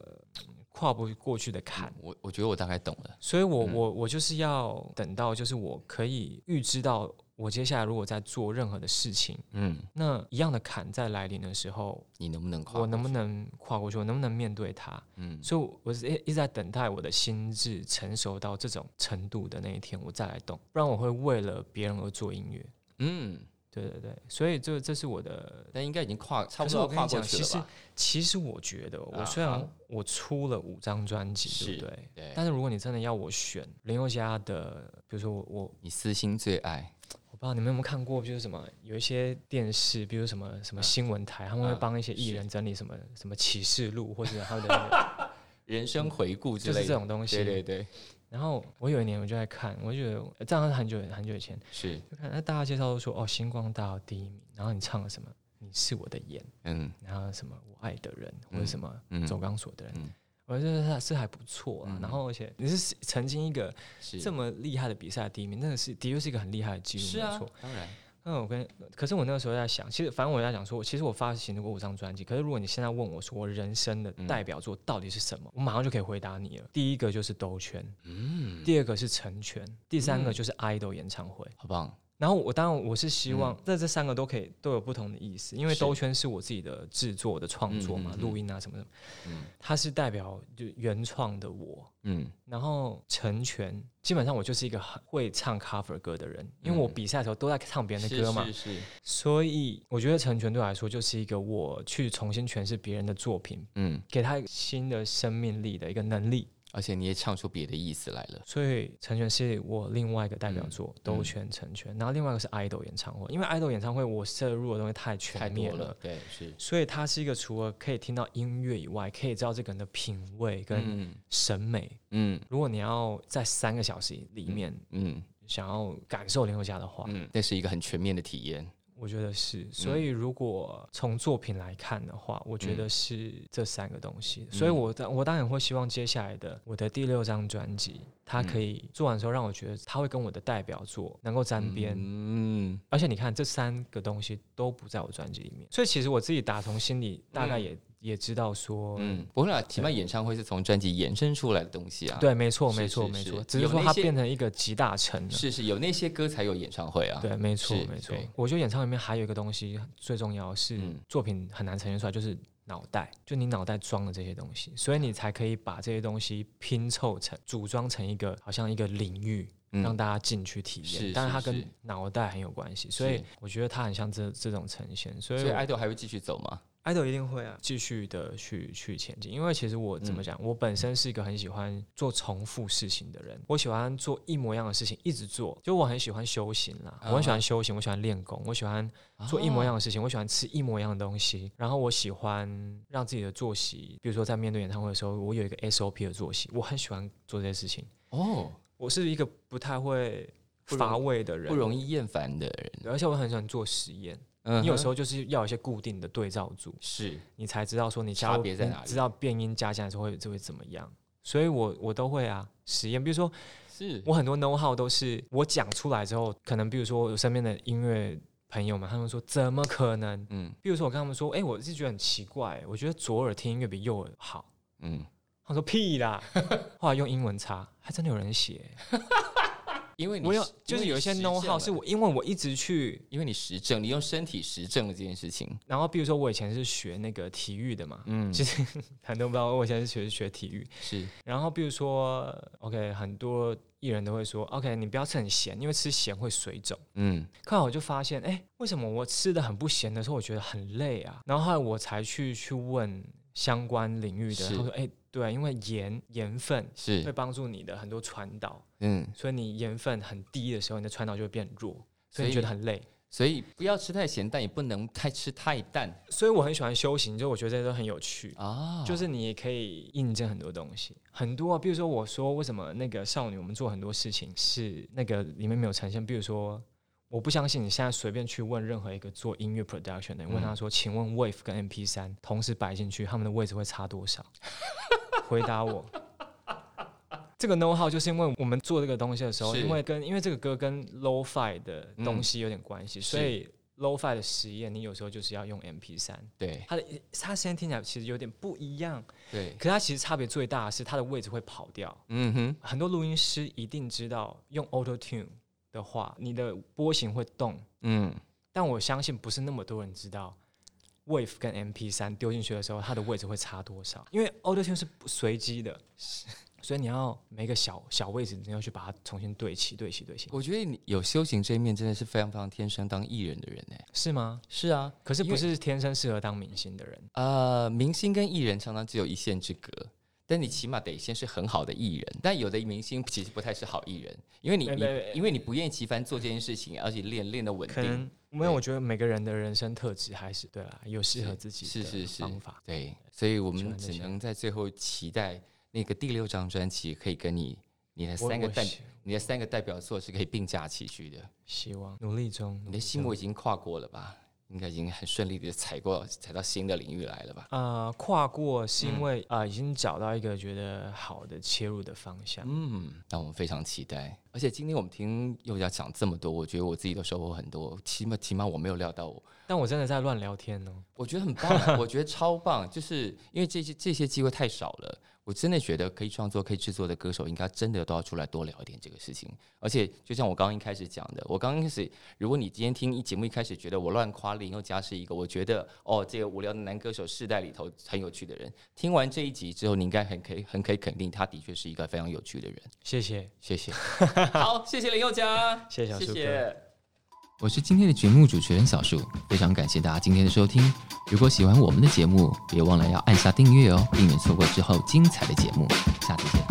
Speaker 2: 嗯跨不过去的坎。
Speaker 1: 我我觉得我大概懂了，
Speaker 2: 所以我、
Speaker 1: 嗯
Speaker 2: 我我就是要等到，就是我可以预知到，我接下来如果在做任何的事情，
Speaker 1: 嗯，
Speaker 2: 那一样的坎在来临的时候，
Speaker 1: 你能不能跨
Speaker 2: 我
Speaker 1: 过去？
Speaker 2: 能不能跨过去？我能不能面对它？
Speaker 1: 嗯
Speaker 2: 所以我是一一直在等待我的心智成熟到这种程度的那一天，我再来动，不然我会为了别人而做音乐。
Speaker 1: 嗯，
Speaker 2: 对对对，所以这这是我的。
Speaker 1: 但应该已经跨差不
Speaker 2: 可是
Speaker 1: 多要
Speaker 2: 我跟
Speaker 1: 跨
Speaker 2: 你
Speaker 1: 过
Speaker 2: 讲，
Speaker 1: 去
Speaker 2: 其
Speaker 1: 了
Speaker 2: 实
Speaker 1: 吧？
Speaker 2: 其实我觉得，
Speaker 1: 啊
Speaker 2: 我虽
Speaker 1: 好
Speaker 2: 然我出了五张专辑，对
Speaker 1: 是
Speaker 2: 不对？
Speaker 1: 对，
Speaker 2: 但是如果你真的要我选林宥嘉的，比如说我我
Speaker 1: 你私心最爱，
Speaker 2: 我不知道你们有没有看过，就是什么有一些电视，比如什么什么
Speaker 1: 嗯
Speaker 2: 新闻台，他们会
Speaker 1: 嗯
Speaker 2: 帮一些艺
Speaker 1: 是
Speaker 2: 人整理什么什么启示录，或者他们的 那个
Speaker 1: 人生回顾之
Speaker 2: 就
Speaker 1: 类
Speaker 2: 是这
Speaker 1: 的，
Speaker 2: 种东西。
Speaker 1: 对对对，
Speaker 2: 然后我有一年我就在看，我就觉得这样是很久很久以前，
Speaker 1: 是，
Speaker 2: 就看那大家介绍都说哦，星光大道第一名，然后你唱了什么？你是我的眼，
Speaker 1: 嗯
Speaker 2: 然后什么我爱的人，或者什么
Speaker 1: 嗯，
Speaker 2: 走钢索的人，
Speaker 1: 嗯
Speaker 2: 我觉得是还不错啊。
Speaker 1: 嗯
Speaker 2: 然后而且你是曾经一个
Speaker 1: 是
Speaker 2: 这么厉害的比赛第一名，那个是的确是一个很厉害的记录，
Speaker 1: 是
Speaker 2: 没
Speaker 1: 啊
Speaker 2: 错。，
Speaker 1: 当然，
Speaker 2: 嗯，我跟，可是我那个时候在想，其实反正我在想说，其实我发行过五张专辑，可是如果你现在问我说我人生的
Speaker 1: 嗯
Speaker 2: 代表作到底是什么，我马上就可以回答你了。第一个就是兜圈，
Speaker 1: 嗯，
Speaker 2: 第二个是成全，第三个
Speaker 1: 嗯
Speaker 2: 就是 idol 演唱会。
Speaker 1: 好棒，
Speaker 2: 然后我当然我是希望在这三个都可以都有不同的意思，因为
Speaker 1: 嗯是
Speaker 2: 兜圈是我自己的制作的创作嘛
Speaker 1: 嗯嗯，嗯
Speaker 2: 录音啊什么什么，
Speaker 1: 嗯
Speaker 2: 它是代表就原创的我。
Speaker 1: 嗯
Speaker 2: 然后成全，基本上我就是一个很会唱 cover 歌的人，因为我
Speaker 1: 嗯
Speaker 2: 比赛的时候都在唱别人的
Speaker 1: 是
Speaker 2: 歌嘛，
Speaker 1: 是是，
Speaker 2: 所以我觉得成全对我来说就是一个我去重新诠释别人的作品，
Speaker 1: 嗯，
Speaker 2: 给他新的生命力的一个能力。
Speaker 1: 而且你也唱出别的意思来了，
Speaker 2: 所以成全是我另外一个代表作，
Speaker 1: 嗯
Speaker 2: 兜圈成全。然后另外一个是 idol 演唱会，因为 idol 演唱会我摄入的东西太
Speaker 1: 太
Speaker 2: 全
Speaker 1: 多
Speaker 2: 面
Speaker 1: 了，对，是，
Speaker 2: 所以它是一个除了可以听到音乐以外，可以知道这个人的品味跟
Speaker 1: 嗯
Speaker 2: 审美。
Speaker 1: 嗯
Speaker 2: 如果你要在三个小时里面
Speaker 1: 嗯
Speaker 2: 想要感受林宥嘉的话，
Speaker 1: 嗯，那是一个很全面的体验，
Speaker 2: 我觉得是，
Speaker 1: 嗯
Speaker 2: 所以如果从作品来看的话，我觉得是这三个东西。所以
Speaker 1: 嗯
Speaker 2: 我当我当然会希望接下来的我的第六张专辑，它
Speaker 1: 嗯
Speaker 2: 可以做完之后让我觉得它会跟我的代表作能够沾边。
Speaker 1: 嗯
Speaker 2: 而且你看，这三个东西都不在我专辑里面，所以其实我自己打从心里大概也、也知道说，
Speaker 1: 嗯，不会啦，起码演唱会是从专辑延伸出来的东西啊，，
Speaker 2: 对，没错，
Speaker 1: 是
Speaker 2: 没错，
Speaker 1: 是
Speaker 2: 没
Speaker 1: 是
Speaker 2: 错，只
Speaker 1: 有
Speaker 2: 是说
Speaker 1: 那
Speaker 2: 它
Speaker 1: 些
Speaker 2: 变成一个集大成了。
Speaker 1: 是是有那些歌才有演唱会啊，
Speaker 2: 对，没错
Speaker 1: 是，
Speaker 2: 没错
Speaker 1: 对。
Speaker 2: 我觉得演唱里面还有一个东西最重要是
Speaker 1: 嗯
Speaker 2: 作品很难呈现出来，就是脑袋，就你脑袋装的这些东西，所以你才可以把这些东西拼凑成、组装成一个好像一个领域。
Speaker 1: 嗯
Speaker 2: 让大家进去体
Speaker 1: 是
Speaker 2: 验，但是它
Speaker 1: 是是
Speaker 2: 跟脑袋很有关系，所以
Speaker 1: 是
Speaker 2: 我觉得它很像这这种呈现，所以
Speaker 1: 所以
Speaker 2: 我
Speaker 1: idol 还会继续走吗？
Speaker 2: idol 一定会啊，继续的去去前进。因为其实我
Speaker 1: 嗯
Speaker 2: 怎么讲，我本身是一个很喜欢做重复事情的人，我喜欢做一模一样的事情一直做。就我很喜欢修行啦，
Speaker 1: 啊
Speaker 2: 我很喜欢修行，我喜欢练功，我喜欢做一模一样
Speaker 1: 啊，
Speaker 2: 的事情，我喜欢吃一模一样的东西。然后我喜欢让自己的作息，比如说在面对演唱会的时候，我有一个 SOP 的作息，我很喜欢做这些事情。
Speaker 1: 哦，
Speaker 2: 我是一个不太会
Speaker 1: 不容
Speaker 2: 乏味的人，
Speaker 1: 不容易厌烦的人，
Speaker 2: 而且我很喜欢做实验。
Speaker 1: 嗯
Speaker 2: 你有
Speaker 1: 哼
Speaker 2: 时候就是要有一些固定的对照组。
Speaker 1: 是
Speaker 2: 你才知道说你
Speaker 1: 差
Speaker 2: 加入
Speaker 1: 别在哪里
Speaker 2: 你知道变音加起来之后会就会怎么样。所以我我都会啊实验，比如说
Speaker 1: 是，
Speaker 2: 我很多 know how 都是我讲出来之后，可能比如说我身边的音乐朋友们，他们说怎么可能？
Speaker 1: 嗯
Speaker 2: 比如说我跟他们说，哎、我是觉得很奇怪，我觉得左耳听音乐比右耳好。
Speaker 1: 嗯，
Speaker 2: 他们说屁啦，后来用英文查，还真的有人写。
Speaker 1: 因为你
Speaker 2: 我有
Speaker 1: 实
Speaker 2: 就是有一些 know how 是，
Speaker 1: 因为你实证了
Speaker 2: 我因为我一直去
Speaker 1: 因为你实证，你用身体实证了这件事情。
Speaker 2: 然后比如说我以前是学那个体育的嘛， 嗯，其实很多人不知道我以前是学学体育。
Speaker 1: 是，
Speaker 2: 然后比如说，OK，很多艺人都会说，OK，你不要吃很咸，因为吃咸会水肿。
Speaker 1: 嗯，
Speaker 2: 后来我就发现，哎，为什么我吃的很不咸的时候，我觉得很累啊？然后后来我才去去问相关领域的，
Speaker 1: 是
Speaker 2: 他说，哎，对，因为盐盐分会
Speaker 1: 是，
Speaker 2: 帮助你的很多传导，
Speaker 1: 嗯，
Speaker 2: 所以你盐分很低的时候，你的传导就会变弱，所以
Speaker 1: 所以
Speaker 2: 你觉得很累。
Speaker 1: 所以不要吃太咸，但也不能太吃太淡
Speaker 2: 所以我很喜欢修行，就我觉得这些都很有趣。
Speaker 1: 啊。
Speaker 2: 就是你也可以印证很多东西，很多、啊，比如说我说为什么那个少女，我们做很多事情是那个里面没有呈现，比如说我不相信你现在随便去问任何一个做音乐 production 的
Speaker 1: 嗯
Speaker 2: 人，问他说，请问 Wave 跟 MP 三同时摆进去，他们的位置会差多少？回答我。这个 know how 就是因为我们做这个东西的时候，
Speaker 1: 是
Speaker 2: 因为跟因为这个歌跟 low fi 的东西有点关系，
Speaker 1: 嗯是
Speaker 2: 所以 low fi 的实验，你有时候就是要用 MP 三。
Speaker 1: 对
Speaker 2: 它的它声音听起来其实有点不一样，
Speaker 1: 对，
Speaker 2: 可它其实差别最大的是它的位置会跑掉。
Speaker 1: 嗯哼，
Speaker 2: 很多录音师一定知道，用 Auto Tune 的话，你的波形会动，
Speaker 1: 嗯，
Speaker 2: 但我相信不是那么多人知道 Wave 跟 MP 三丢进去的时候，它的位置会差多少，因为 Auto Tune 是不随机的，所以你要每个小小位置你要去把它重新对齐、对齐、对齐，
Speaker 1: 我觉得你有修行这一面，真的是非常非常天生当艺人的人哎。
Speaker 2: 是吗？
Speaker 1: 是啊，
Speaker 2: 可是
Speaker 1: 因
Speaker 2: 不
Speaker 1: 为
Speaker 2: 是天生适合当明星的人，
Speaker 1: 呃，明星跟艺人常常只有一线之隔，但你起码得先是很好的艺人。但有的明星其实不太是好艺人，因为你
Speaker 2: 没
Speaker 1: 你
Speaker 2: 没没
Speaker 1: 因为你不厌其烦做这件事情，而且练练的稳
Speaker 2: 可
Speaker 1: 定。
Speaker 2: 能没有。
Speaker 1: 对
Speaker 2: 我觉得每个人的人生特质还是对啦，有适合自己
Speaker 1: 是是
Speaker 2: 的
Speaker 1: 是
Speaker 2: 方法。
Speaker 1: 对，所以我
Speaker 2: 喜
Speaker 1: 们
Speaker 2: 欢这
Speaker 1: 只
Speaker 2: 些
Speaker 1: 能在最后期待那个第六张专辑可以跟你你的
Speaker 2: 我
Speaker 1: 三个
Speaker 2: 我
Speaker 1: 代
Speaker 2: 希
Speaker 1: 你的三个代表作是可以并驾齐驱的。
Speaker 2: 希望努力中，
Speaker 1: 你的心魔已经跨过了吧？应该已经很顺利的踩过踩到新的领域来了吧？
Speaker 2: 呃跨过是
Speaker 1: 嗯
Speaker 2: 因为啊、呃已经找到一个觉得好的切入的方向。
Speaker 1: 嗯，那我们非常期待。而且今天我们听又要讲这么多，我觉得我自己都收获很多。起码起码我没有料到我，
Speaker 2: 但我真的在乱聊天哦，
Speaker 1: 我觉得很棒啊，我觉得超棒。就是因为这些这些机会太少了，我真的觉得可以创作、可以制作的歌手，应该真的都要出来多聊一点这个事情。而且就像我刚刚一开始讲的，我刚刚开始，如果你今天听一节目一开始觉得我乱夸林宥嘉是一个，我觉得哦这个无聊的男歌手世代里头很有趣的人，听完这一集之后，你应该很可以很可以肯定他的确是一个非常有趣的人。
Speaker 2: 谢谢，
Speaker 1: 谢谢。 好，谢谢林宥嘉，
Speaker 2: 谢谢小
Speaker 1: 谢
Speaker 2: 树
Speaker 1: 谢
Speaker 2: 哥。
Speaker 1: 我是今天的节目主持人小树，非常感谢大家今天的收听。如果喜欢我们的节目，别忘了要按下订阅哦，避免错过之后精彩的节目。下次见。